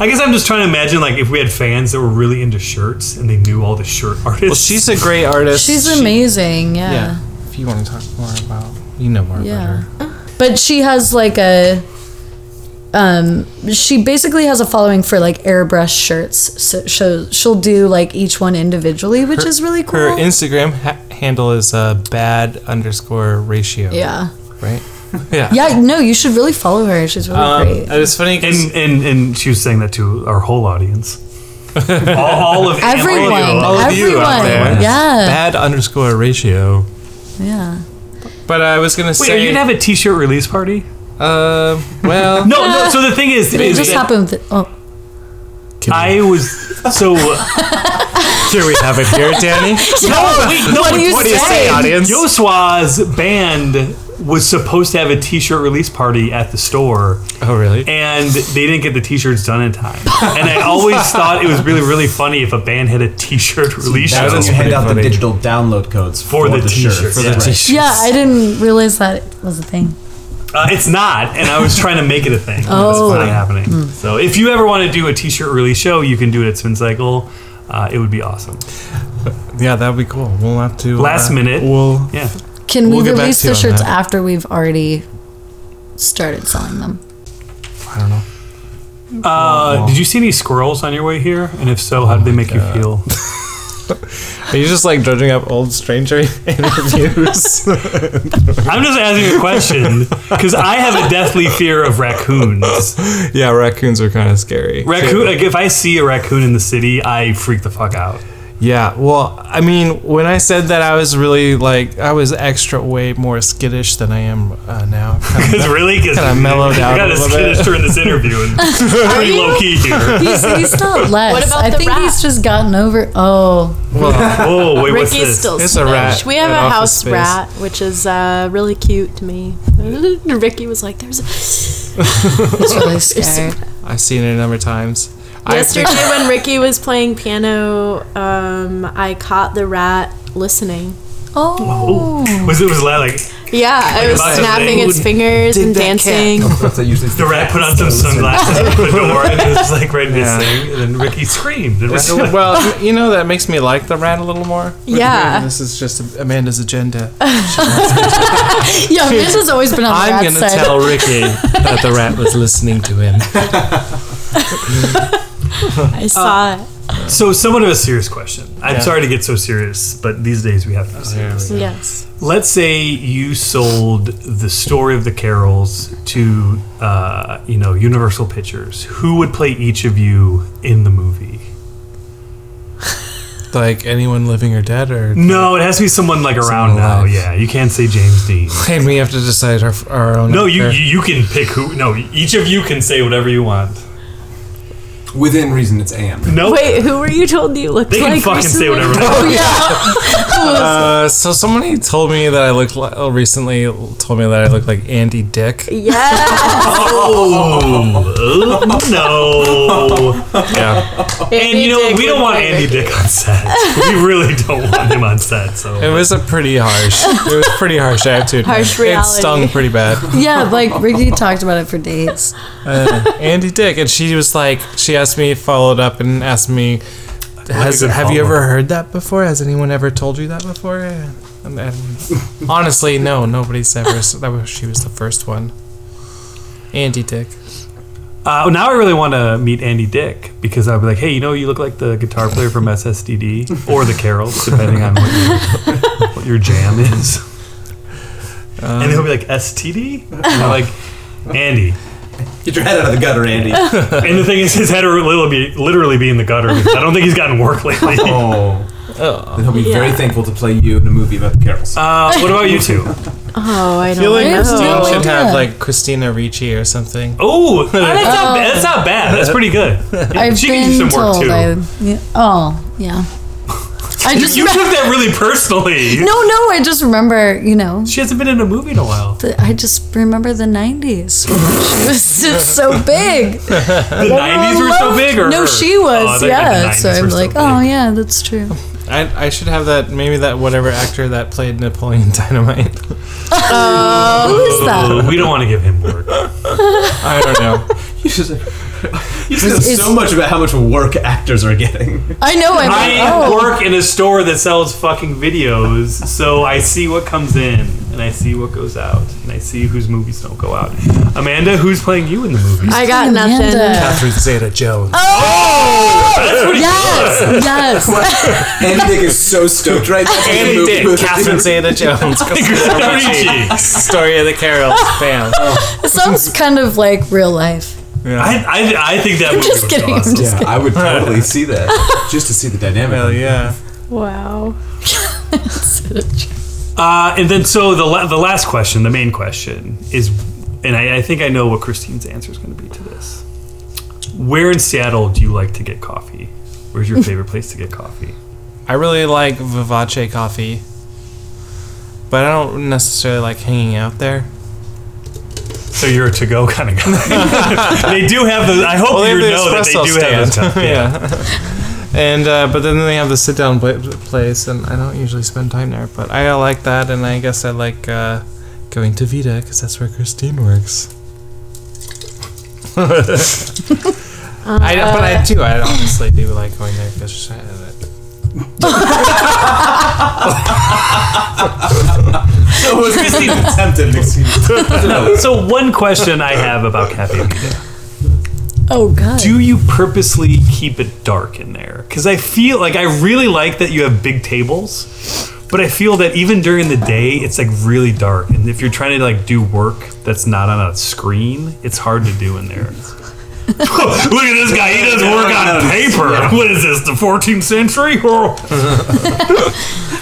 [SPEAKER 3] I guess I'm just trying to imagine like if we had fans that were really into shirts and they knew all the shirt artists.
[SPEAKER 4] Well, she's a great artist.
[SPEAKER 1] She's
[SPEAKER 4] She-
[SPEAKER 1] amazing. Yeah.
[SPEAKER 4] Yeah. If you want to talk more about, you know more
[SPEAKER 1] Yeah.
[SPEAKER 4] about her.
[SPEAKER 1] But she has like a um she basically has a following for like airbrush shirts. So she'll, she'll do like each one individually, which is really cool.
[SPEAKER 4] Her Instagram ha- handle is uh, bad underscore ratio.
[SPEAKER 1] yeah.
[SPEAKER 4] Right. Yeah.
[SPEAKER 1] Yeah, no, you should really follow her. She's really
[SPEAKER 4] Um,
[SPEAKER 1] great.
[SPEAKER 4] it was funny 'cause-
[SPEAKER 3] and, and and she was saying that to our whole audience. all, all of
[SPEAKER 1] Everyone.
[SPEAKER 3] all of you out
[SPEAKER 1] Everyone.
[SPEAKER 3] there.
[SPEAKER 1] Yeah.
[SPEAKER 4] bad underscore ratio.
[SPEAKER 1] yeah.
[SPEAKER 4] But I was gonna
[SPEAKER 3] Wait,
[SPEAKER 4] say,
[SPEAKER 3] are you gonna have a T-shirt release party?
[SPEAKER 4] uh, well,
[SPEAKER 3] No, no. So the thing is,
[SPEAKER 1] Ah. It
[SPEAKER 3] is
[SPEAKER 1] just
[SPEAKER 3] that
[SPEAKER 1] happened that, oh
[SPEAKER 3] I was so.
[SPEAKER 4] here we have it here, Danny.
[SPEAKER 3] No, wait, no,
[SPEAKER 1] What do you
[SPEAKER 4] what do you say,
[SPEAKER 1] say?
[SPEAKER 4] audience?
[SPEAKER 3] Yoswa's band was supposed to have a T-shirt release party at the store,
[SPEAKER 4] oh, really?
[SPEAKER 3] and they didn't get the T-shirts done in time. And I always thought it was really, really funny if a band had a T-shirt release
[SPEAKER 2] That's
[SPEAKER 3] show
[SPEAKER 2] when you hand out the
[SPEAKER 4] funny.
[SPEAKER 2] digital download codes
[SPEAKER 3] for the
[SPEAKER 2] shirt.
[SPEAKER 3] T-shirts.
[SPEAKER 2] For the
[SPEAKER 3] yeah.
[SPEAKER 2] t-shirt.
[SPEAKER 1] Yeah, I didn't realize that was a thing.
[SPEAKER 3] Uh, it's not, and I was trying to make it a thing.
[SPEAKER 1] Oh.
[SPEAKER 3] It's not happening.
[SPEAKER 2] Hmm.
[SPEAKER 3] So if you ever want to do a T-shirt release show, you can do it at Spin Cycle. Uh, it would be awesome.
[SPEAKER 4] Yeah, that'd be cool. We'll have to
[SPEAKER 3] Last
[SPEAKER 4] uh,
[SPEAKER 3] minute.
[SPEAKER 4] We'll
[SPEAKER 3] Yeah.
[SPEAKER 1] Can we
[SPEAKER 4] We'll get back
[SPEAKER 1] release
[SPEAKER 4] to
[SPEAKER 1] the
[SPEAKER 4] you on
[SPEAKER 1] shirts
[SPEAKER 4] that.
[SPEAKER 1] after we've already started selling them?
[SPEAKER 4] I don't know.
[SPEAKER 3] Uh, did you see any squirrels on your way here? And if so, how did they make you feel?
[SPEAKER 4] Are you just like dredging up old stranger interviews?
[SPEAKER 3] I'm just asking a question because I have a deathly fear of raccoons.
[SPEAKER 4] yeah, raccoons are kind of scary.
[SPEAKER 3] Raccoon. Like if I see a raccoon in the city, I freak the fuck out.
[SPEAKER 4] Yeah, well, I mean, when I said that, I was really like, I was extra way more skittish than I am uh, now.
[SPEAKER 3] Because really, because
[SPEAKER 4] Kinda mellowed out
[SPEAKER 3] I got
[SPEAKER 4] a
[SPEAKER 3] to
[SPEAKER 4] little
[SPEAKER 3] skittish
[SPEAKER 4] bit.
[SPEAKER 3] during this interview and pretty low key here.
[SPEAKER 1] He's, he's not less.
[SPEAKER 5] What about
[SPEAKER 1] I
[SPEAKER 5] the
[SPEAKER 1] think
[SPEAKER 5] rat?
[SPEAKER 1] he's just gotten over oh
[SPEAKER 3] Oh wait, what's
[SPEAKER 5] Ricky's
[SPEAKER 3] this?
[SPEAKER 5] still
[SPEAKER 4] It's a rat
[SPEAKER 5] skittish. We have
[SPEAKER 4] in
[SPEAKER 5] a
[SPEAKER 4] Office
[SPEAKER 5] house
[SPEAKER 4] Space.
[SPEAKER 5] rat, which is uh, really cute to me. Ricky was like, "There's a."
[SPEAKER 1] he's really scared.
[SPEAKER 4] I've seen it a number of times.
[SPEAKER 5] Yesterday,
[SPEAKER 4] I think,
[SPEAKER 5] when Ricky was playing piano, um, I caught the rat listening.
[SPEAKER 1] Oh
[SPEAKER 3] Was it was loud, like
[SPEAKER 5] Yeah, I was
[SPEAKER 3] Like,
[SPEAKER 5] snapping its
[SPEAKER 3] dude,
[SPEAKER 5] fingers and dancing.
[SPEAKER 2] That's what usually
[SPEAKER 3] the rat put on some sunglasses at the door and it was like right in his thing, and then Ricky screamed and ran away.
[SPEAKER 4] well, you know that makes me like the rat a little more.
[SPEAKER 5] Yeah. Oh,
[SPEAKER 4] This is just Amanda's agenda.
[SPEAKER 1] yeah, this has always been on the
[SPEAKER 4] I'm
[SPEAKER 1] rat
[SPEAKER 4] gonna
[SPEAKER 1] side.
[SPEAKER 4] tell Ricky that the rat was listening to him.
[SPEAKER 5] I saw it.
[SPEAKER 3] So, somewhat of a serious question. I'm
[SPEAKER 4] Yeah.
[SPEAKER 3] sorry to get so serious, but these days we have to be serious.
[SPEAKER 5] Yes.
[SPEAKER 3] Let's say you sold the story of the Carols to, uh, you know, Universal Pictures. Who would play each of you in the movie?
[SPEAKER 4] Like anyone living or dead, or
[SPEAKER 3] No, it has to be someone like around
[SPEAKER 4] Someone
[SPEAKER 3] now.
[SPEAKER 4] alive.
[SPEAKER 3] Yeah, you can't say James Dean.
[SPEAKER 4] and we have to decide our, our own.
[SPEAKER 3] No, you,
[SPEAKER 4] actor.
[SPEAKER 3] you uh, you can pick who. No, each of you can say whatever you want.
[SPEAKER 2] Within reason, it's AM.
[SPEAKER 3] No,
[SPEAKER 5] Wait, who were you told you looked
[SPEAKER 3] they can
[SPEAKER 5] like?
[SPEAKER 3] fucking say
[SPEAKER 5] recently?
[SPEAKER 3] whatever. they want.
[SPEAKER 5] Oh,
[SPEAKER 4] Uh, so somebody told me that I looked like, oh, recently told me that I look like Andy Dick.
[SPEAKER 5] Yeah.
[SPEAKER 3] Oh no!
[SPEAKER 4] Yeah,
[SPEAKER 3] And you know
[SPEAKER 5] Dick
[SPEAKER 3] we don't
[SPEAKER 5] would
[SPEAKER 3] want
[SPEAKER 5] play
[SPEAKER 3] Andy
[SPEAKER 5] Ricky.
[SPEAKER 3] Dick on set. We really don't want him on set. So
[SPEAKER 4] it was a pretty harsh. It was pretty harsh. I have to admit.
[SPEAKER 5] Harsh
[SPEAKER 4] It
[SPEAKER 5] reality.
[SPEAKER 4] stung pretty bad.
[SPEAKER 1] Yeah, like Ricky talked about it for days.
[SPEAKER 4] Uh, Andy Dick, and she was like, she asked me, followed up, and asked me, has,
[SPEAKER 3] good
[SPEAKER 4] "Have
[SPEAKER 3] follow-up.
[SPEAKER 4] you ever heard that before? Has anyone ever told you that before?" And, and honestly, no, nobody's ever. So that was she was the first one. Andy Dick.
[SPEAKER 3] Uh, now I really want to meet Andy Dick because I'll be like, hey, you know, you look like the guitar player from SSDD or the Carols, depending on what, your what your jam is.
[SPEAKER 4] Um,
[SPEAKER 3] and he'll be like, STD? And I'm like, Andy.
[SPEAKER 2] Get your head out of the gutter, Andy.
[SPEAKER 3] And the thing is, his head will literally be, literally be in the gutter because I don't think he's gotten work lately.
[SPEAKER 2] oh. And he'll be very
[SPEAKER 5] Yeah.
[SPEAKER 2] thankful to play you in a movie about the Carols.
[SPEAKER 3] Uh, what about you two?
[SPEAKER 5] Oh, I
[SPEAKER 4] I feel
[SPEAKER 5] don't
[SPEAKER 4] like
[SPEAKER 1] Yeah,
[SPEAKER 5] know.
[SPEAKER 4] Christine
[SPEAKER 1] well
[SPEAKER 4] should have
[SPEAKER 1] done.
[SPEAKER 4] like Christina Ricci or something.
[SPEAKER 3] Oh, that's, not, that's not bad. That's pretty good.
[SPEAKER 1] Uh, I've
[SPEAKER 3] she can
[SPEAKER 1] been
[SPEAKER 3] do some work
[SPEAKER 1] told.
[SPEAKER 3] too.
[SPEAKER 1] I, yeah, oh, yeah. I just
[SPEAKER 3] you took
[SPEAKER 1] remem-
[SPEAKER 3] that really personally.
[SPEAKER 1] no, no. I just remember, you know.
[SPEAKER 3] She hasn't been in a movie in a while.
[SPEAKER 1] The, I just remember the '90s. when she was just so big.
[SPEAKER 3] The nineties were so
[SPEAKER 1] Loved-
[SPEAKER 3] big, or
[SPEAKER 1] no,
[SPEAKER 3] her?
[SPEAKER 1] she
[SPEAKER 3] Oh, I thought you meant
[SPEAKER 1] was.
[SPEAKER 3] the
[SPEAKER 1] yeah. So
[SPEAKER 3] 90s were
[SPEAKER 1] I'm
[SPEAKER 3] so
[SPEAKER 1] like,
[SPEAKER 3] big.
[SPEAKER 1] oh yeah, that's true.
[SPEAKER 4] I, I should have that maybe that whatever actor that played Napoleon Dynamite.
[SPEAKER 1] Who is that?
[SPEAKER 3] Uh, we don't want to give him work.
[SPEAKER 4] I don't know.
[SPEAKER 2] You just, you just know
[SPEAKER 1] It's-
[SPEAKER 2] so much about how much work actors are getting.
[SPEAKER 1] I know. I'm
[SPEAKER 3] I
[SPEAKER 1] like, oh.
[SPEAKER 3] work in a store that sells fucking videos, so I see what comes in and I see what goes out, and I see whose movies don't go out. Amanda, who's playing you in the movie?
[SPEAKER 5] I got
[SPEAKER 1] Amanda.
[SPEAKER 5] nothing.
[SPEAKER 4] Catherine Zeta Jones.
[SPEAKER 1] Yes, yes.
[SPEAKER 2] Andy Dick is so stoked right now.
[SPEAKER 4] Andy Dick, Catherine Zeta Jones, Christina Ricci,
[SPEAKER 3] Ricci.
[SPEAKER 4] Story of the Carols, bam.
[SPEAKER 1] It sounds kind of like real life.
[SPEAKER 3] I, I, I think that. I'm movie
[SPEAKER 1] just
[SPEAKER 3] was
[SPEAKER 1] kidding, I'm
[SPEAKER 3] awesome.
[SPEAKER 1] just-
[SPEAKER 2] Yeah, I would totally see that just to see the dynamic.
[SPEAKER 4] Hell yeah.
[SPEAKER 5] Wow.
[SPEAKER 3] Uh, and then, so the la- the last question, the main question is, and I, I think I know what Christine's answer is going to be to this. Where in Seattle do you like to get coffee? Where's your favorite place to get coffee?
[SPEAKER 4] I really like Vivace coffee, but I don't necessarily like hanging out there.
[SPEAKER 3] So you're a to go kind of guy. they do have the. I hope
[SPEAKER 4] Well, they
[SPEAKER 3] Oh, you
[SPEAKER 4] have the
[SPEAKER 3] know that they
[SPEAKER 4] espresso
[SPEAKER 3] do have
[SPEAKER 4] stand.
[SPEAKER 3] this stuff. Yeah.
[SPEAKER 4] yeah. And uh, but then they have the sit down pla- place, and I don't usually spend time there. But I like that, and I guess I like uh, going to Vita because that's where Christine works. I, but I do. I honestly do like going there because
[SPEAKER 2] So was Christine attempted excuse?
[SPEAKER 3] So one question I have about Cafe Vita:
[SPEAKER 1] Oh god.
[SPEAKER 3] Do you purposely keep it dark in there? Because I feel like I really like that you have big tables, but I feel that even during the day it's like really dark, and if you're trying to like do work that's not on a screen, it's hard to do in there. Look at this guy; he doesn't work on paper. What is this? The 14th century?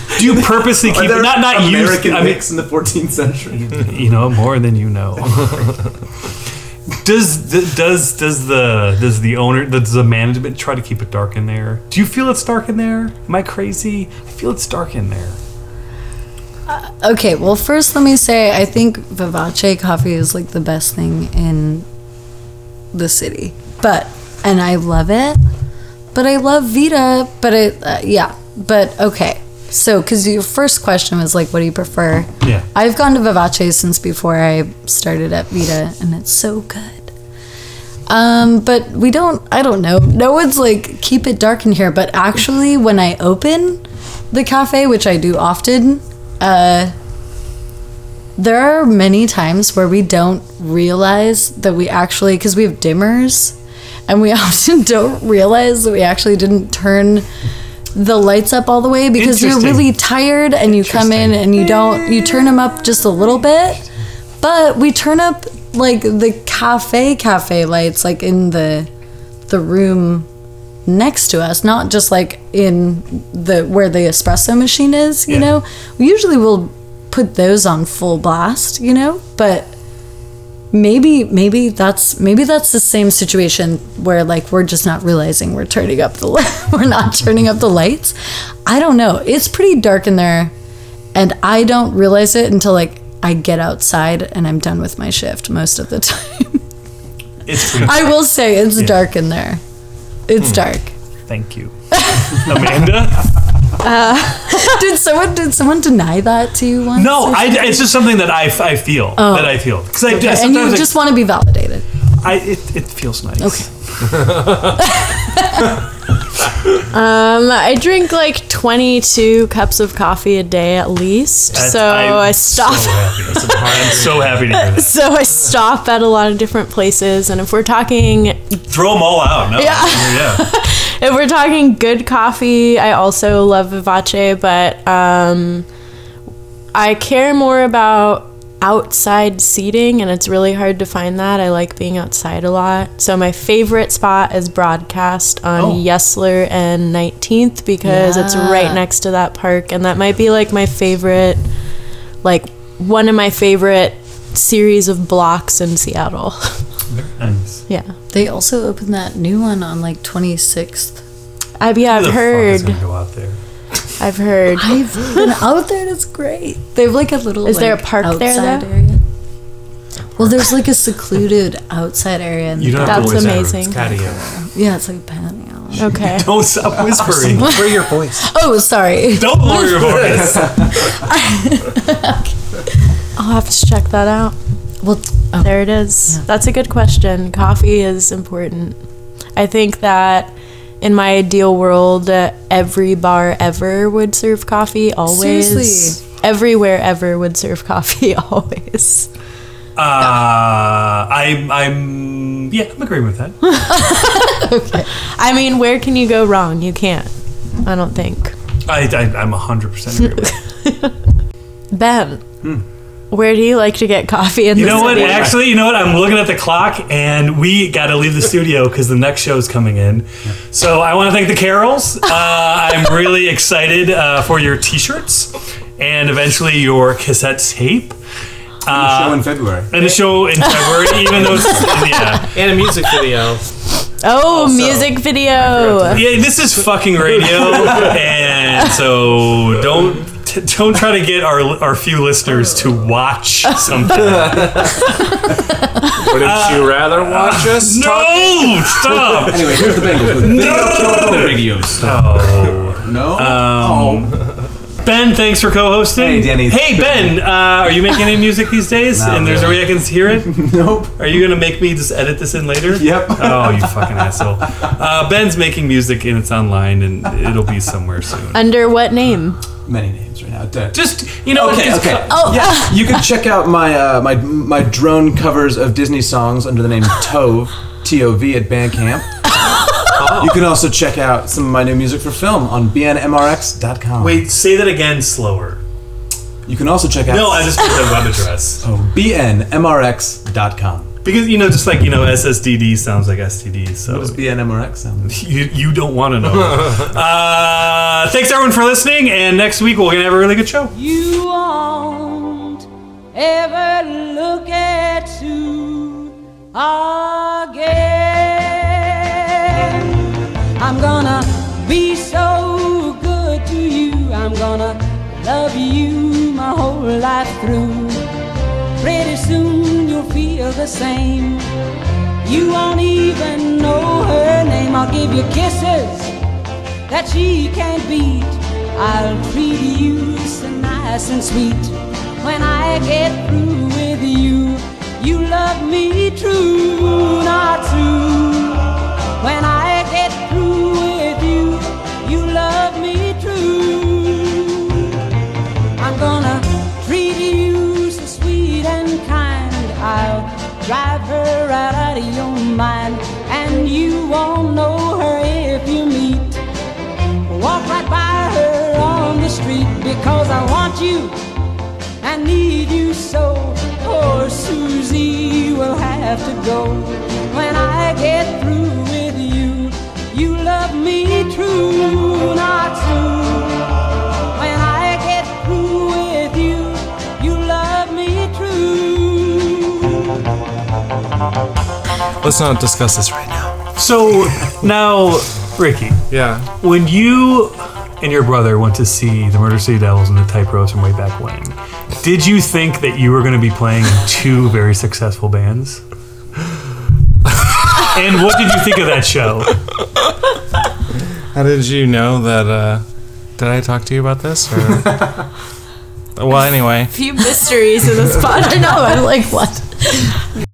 [SPEAKER 3] do you purposely keep it? Not not you.
[SPEAKER 2] American
[SPEAKER 3] I mean,
[SPEAKER 2] mix in the 14th century.
[SPEAKER 3] you know more than you know. does th- does does the does the owner does the management try to keep it dark in there? Do you feel it's dark in there? Am I crazy? I feel it's dark in there.
[SPEAKER 1] Okay, well, first let me say I think Vivace coffee is like the best thing in the city. But, and I love it. But I love Vita, but it, uh, yeah. But okay. So, because your first question was like, what do you prefer?
[SPEAKER 3] Yeah.
[SPEAKER 1] I've gone to Vivace since before I started at Vita, and it's so good. Um, but we don't, I don't know. No one's like, keep it dark in here. But actually, when I open the cafe, which I do often, uh, there are many times where we don't realize that we actually, because we have dimmers, and we often don't realize that we actually didn't turn the lights up all the way because you're
[SPEAKER 3] Interesting.
[SPEAKER 1] really tired and you come in and you don't, you turn them up just a little bit, but we turn up like the cafe cafe lights, like in the the room next to us, not just like in the where the espresso machine is, you
[SPEAKER 3] Yeah.
[SPEAKER 1] know. We usually will put those on full blast, you know, but maybe maybe that's maybe that's the same situation where like we're just not realizing we're turning up the li- we're not turning up the lights. I don't know. It's pretty dark in there and I don't realize it until like I get outside and I'm done with my shift most of the time.
[SPEAKER 3] It's pretty.
[SPEAKER 1] I will say it's dark in there. It's
[SPEAKER 3] Hmm.
[SPEAKER 1] dark.
[SPEAKER 3] Thank you, Amanda.
[SPEAKER 1] Did someone did someone deny that to you once?
[SPEAKER 3] No, I, it's just something that I, f- I feel
[SPEAKER 5] Oh.
[SPEAKER 3] that I feel because I, I
[SPEAKER 1] and you
[SPEAKER 3] sometimes I-
[SPEAKER 1] just want to be validated.
[SPEAKER 3] I, it, it feels nice. Okay.
[SPEAKER 5] Um, I drink like 22 cups of coffee a day at least. so I stop.
[SPEAKER 3] So happy. I'm so happy to hear that.
[SPEAKER 5] So I stop at a lot of different places, and if we're talking, if
[SPEAKER 3] Throw them all out. No,
[SPEAKER 5] Yeah.
[SPEAKER 3] yeah.
[SPEAKER 5] we're talking good coffee, I also love Vivace, but um, I care more about outside seating, and it's really hard to find that. I like being outside a lot. So my favorite spot is broadcast on
[SPEAKER 3] Oh.
[SPEAKER 5] Yesler and 19th because it's right next to that park, and that might be like my favorite, like one of my favorite series of blocks in Seattle.
[SPEAKER 3] Nice.
[SPEAKER 5] yeah,
[SPEAKER 1] They also opened that new one on like 26th.
[SPEAKER 5] I've yeah I've
[SPEAKER 3] Who the fuck is
[SPEAKER 5] heard
[SPEAKER 3] gonna go out there?
[SPEAKER 5] I've heard
[SPEAKER 1] I've been out there. and It's great. They have like a little.
[SPEAKER 5] Is there a
[SPEAKER 1] like,
[SPEAKER 5] park there,
[SPEAKER 1] outside
[SPEAKER 5] though?
[SPEAKER 1] Area. Well, there's like a secluded outside area. In
[SPEAKER 4] You
[SPEAKER 1] the
[SPEAKER 4] don't
[SPEAKER 1] back.
[SPEAKER 4] have to
[SPEAKER 5] That's
[SPEAKER 4] whisper.
[SPEAKER 5] amazing.
[SPEAKER 4] It's patio.
[SPEAKER 1] Yeah, it's like a patio.
[SPEAKER 5] okay.
[SPEAKER 3] Don't stop whispering.
[SPEAKER 4] Where your voice?
[SPEAKER 1] Oh, sorry.
[SPEAKER 3] Don't lower your voice.
[SPEAKER 5] I'll have to check that out.
[SPEAKER 1] Well, oh,
[SPEAKER 5] There it is.
[SPEAKER 1] Yeah.
[SPEAKER 5] That's a good question. Coffee is important. I think that in my ideal world, uh, every bar ever would serve coffee always.
[SPEAKER 1] Seriously.
[SPEAKER 5] Everywhere ever would serve coffee always.
[SPEAKER 3] Uh, I'm, I'm, yeah, I'm agreeing with that.
[SPEAKER 5] I mean, where can you go wrong? You can't. I don't think.
[SPEAKER 3] I, I, I'm 100% agreeing with that.
[SPEAKER 5] Ben, where do you like to get coffee in
[SPEAKER 3] Hmm. You
[SPEAKER 5] the
[SPEAKER 3] know what?
[SPEAKER 5] city?
[SPEAKER 3] Actually, you know what? I'm looking at the clock and we got to leave the studio because the next show's coming in. So I want to thank the Carols. Uh, I'm really excited uh, for your t shirts and eventually your cassette tape. Uh,
[SPEAKER 2] show in February.
[SPEAKER 3] and the show in February, even though it's, yeah.
[SPEAKER 4] And a music video.
[SPEAKER 5] Oh,
[SPEAKER 4] Also,
[SPEAKER 5] music video.
[SPEAKER 3] Yeah, this is fucking radio, and so don't t- don't try to get our our few listeners to watch something.
[SPEAKER 4] Wouldn't you rather watch us?
[SPEAKER 3] no, stop.
[SPEAKER 2] Anyway, here's the Bengals. with the radio stuff. No. oh.
[SPEAKER 3] Ben, thanks for co-hosting.
[SPEAKER 2] Hey, Danny.
[SPEAKER 3] Hey, Ben, uh, are you making any music these days?
[SPEAKER 2] Not
[SPEAKER 3] and there's a way
[SPEAKER 2] really.
[SPEAKER 3] I can hear it.
[SPEAKER 2] Nope.
[SPEAKER 3] Are you gonna make me just edit this in later?
[SPEAKER 2] Yep.
[SPEAKER 3] Oh, you fucking asshole. Uh, Ben's making music and it's online and it'll be somewhere soon.
[SPEAKER 5] Under what name?
[SPEAKER 2] Many names right now. Duh.
[SPEAKER 3] Just you know,
[SPEAKER 2] Okay,
[SPEAKER 3] it's
[SPEAKER 2] okay.
[SPEAKER 5] Oh,
[SPEAKER 2] yeah. You can check out my uh, my my drone covers of Disney songs under the name Tove T O V at Bandcamp. You can also check out some of my new music for film on bnmrx.com.
[SPEAKER 3] Wait, say that again, slower.
[SPEAKER 2] you can also check out
[SPEAKER 3] No, I just put the web address.
[SPEAKER 2] oh, bnmrx.com.
[SPEAKER 3] Because you know, just like you know, SSDD sounds like STD. So
[SPEAKER 2] What does bnmrx sound? like?
[SPEAKER 3] you, you don't want to know. uh, thanks everyone for listening, and next week we're gonna have a really good show.
[SPEAKER 8] You won't ever look at you again. I'm gonna be so good to you. I'm gonna love you my whole life through. Pretty soon you'll feel the same. You won't even know her name. I'll give you kisses that she can't beat. I'll treat you so nice and sweet when I get through with you. You love me true, not true. When I get through with you, you love me true. I'm gonna treat you so sweet and kind. I'll drive her right out of your mind, and you won't know her if you meet walk right by her on the street because I want you and need you so. Poor Susie will have to go when I get through with you. You love me true, not true. When I get through with you, you love me true.
[SPEAKER 4] Let's not discuss this right now.
[SPEAKER 3] So now, Ricky,
[SPEAKER 4] Yeah.
[SPEAKER 3] when you and your brother went to see the Murder City Devils and the Type Rose from way back when, did you think that you were going to be playing in two very successful bands? and what did you think of that show?
[SPEAKER 4] How did you know that? uh Did I talk to you about this? Or? well, anyway.
[SPEAKER 5] few mysteries in this pod. I know. I'm like, what?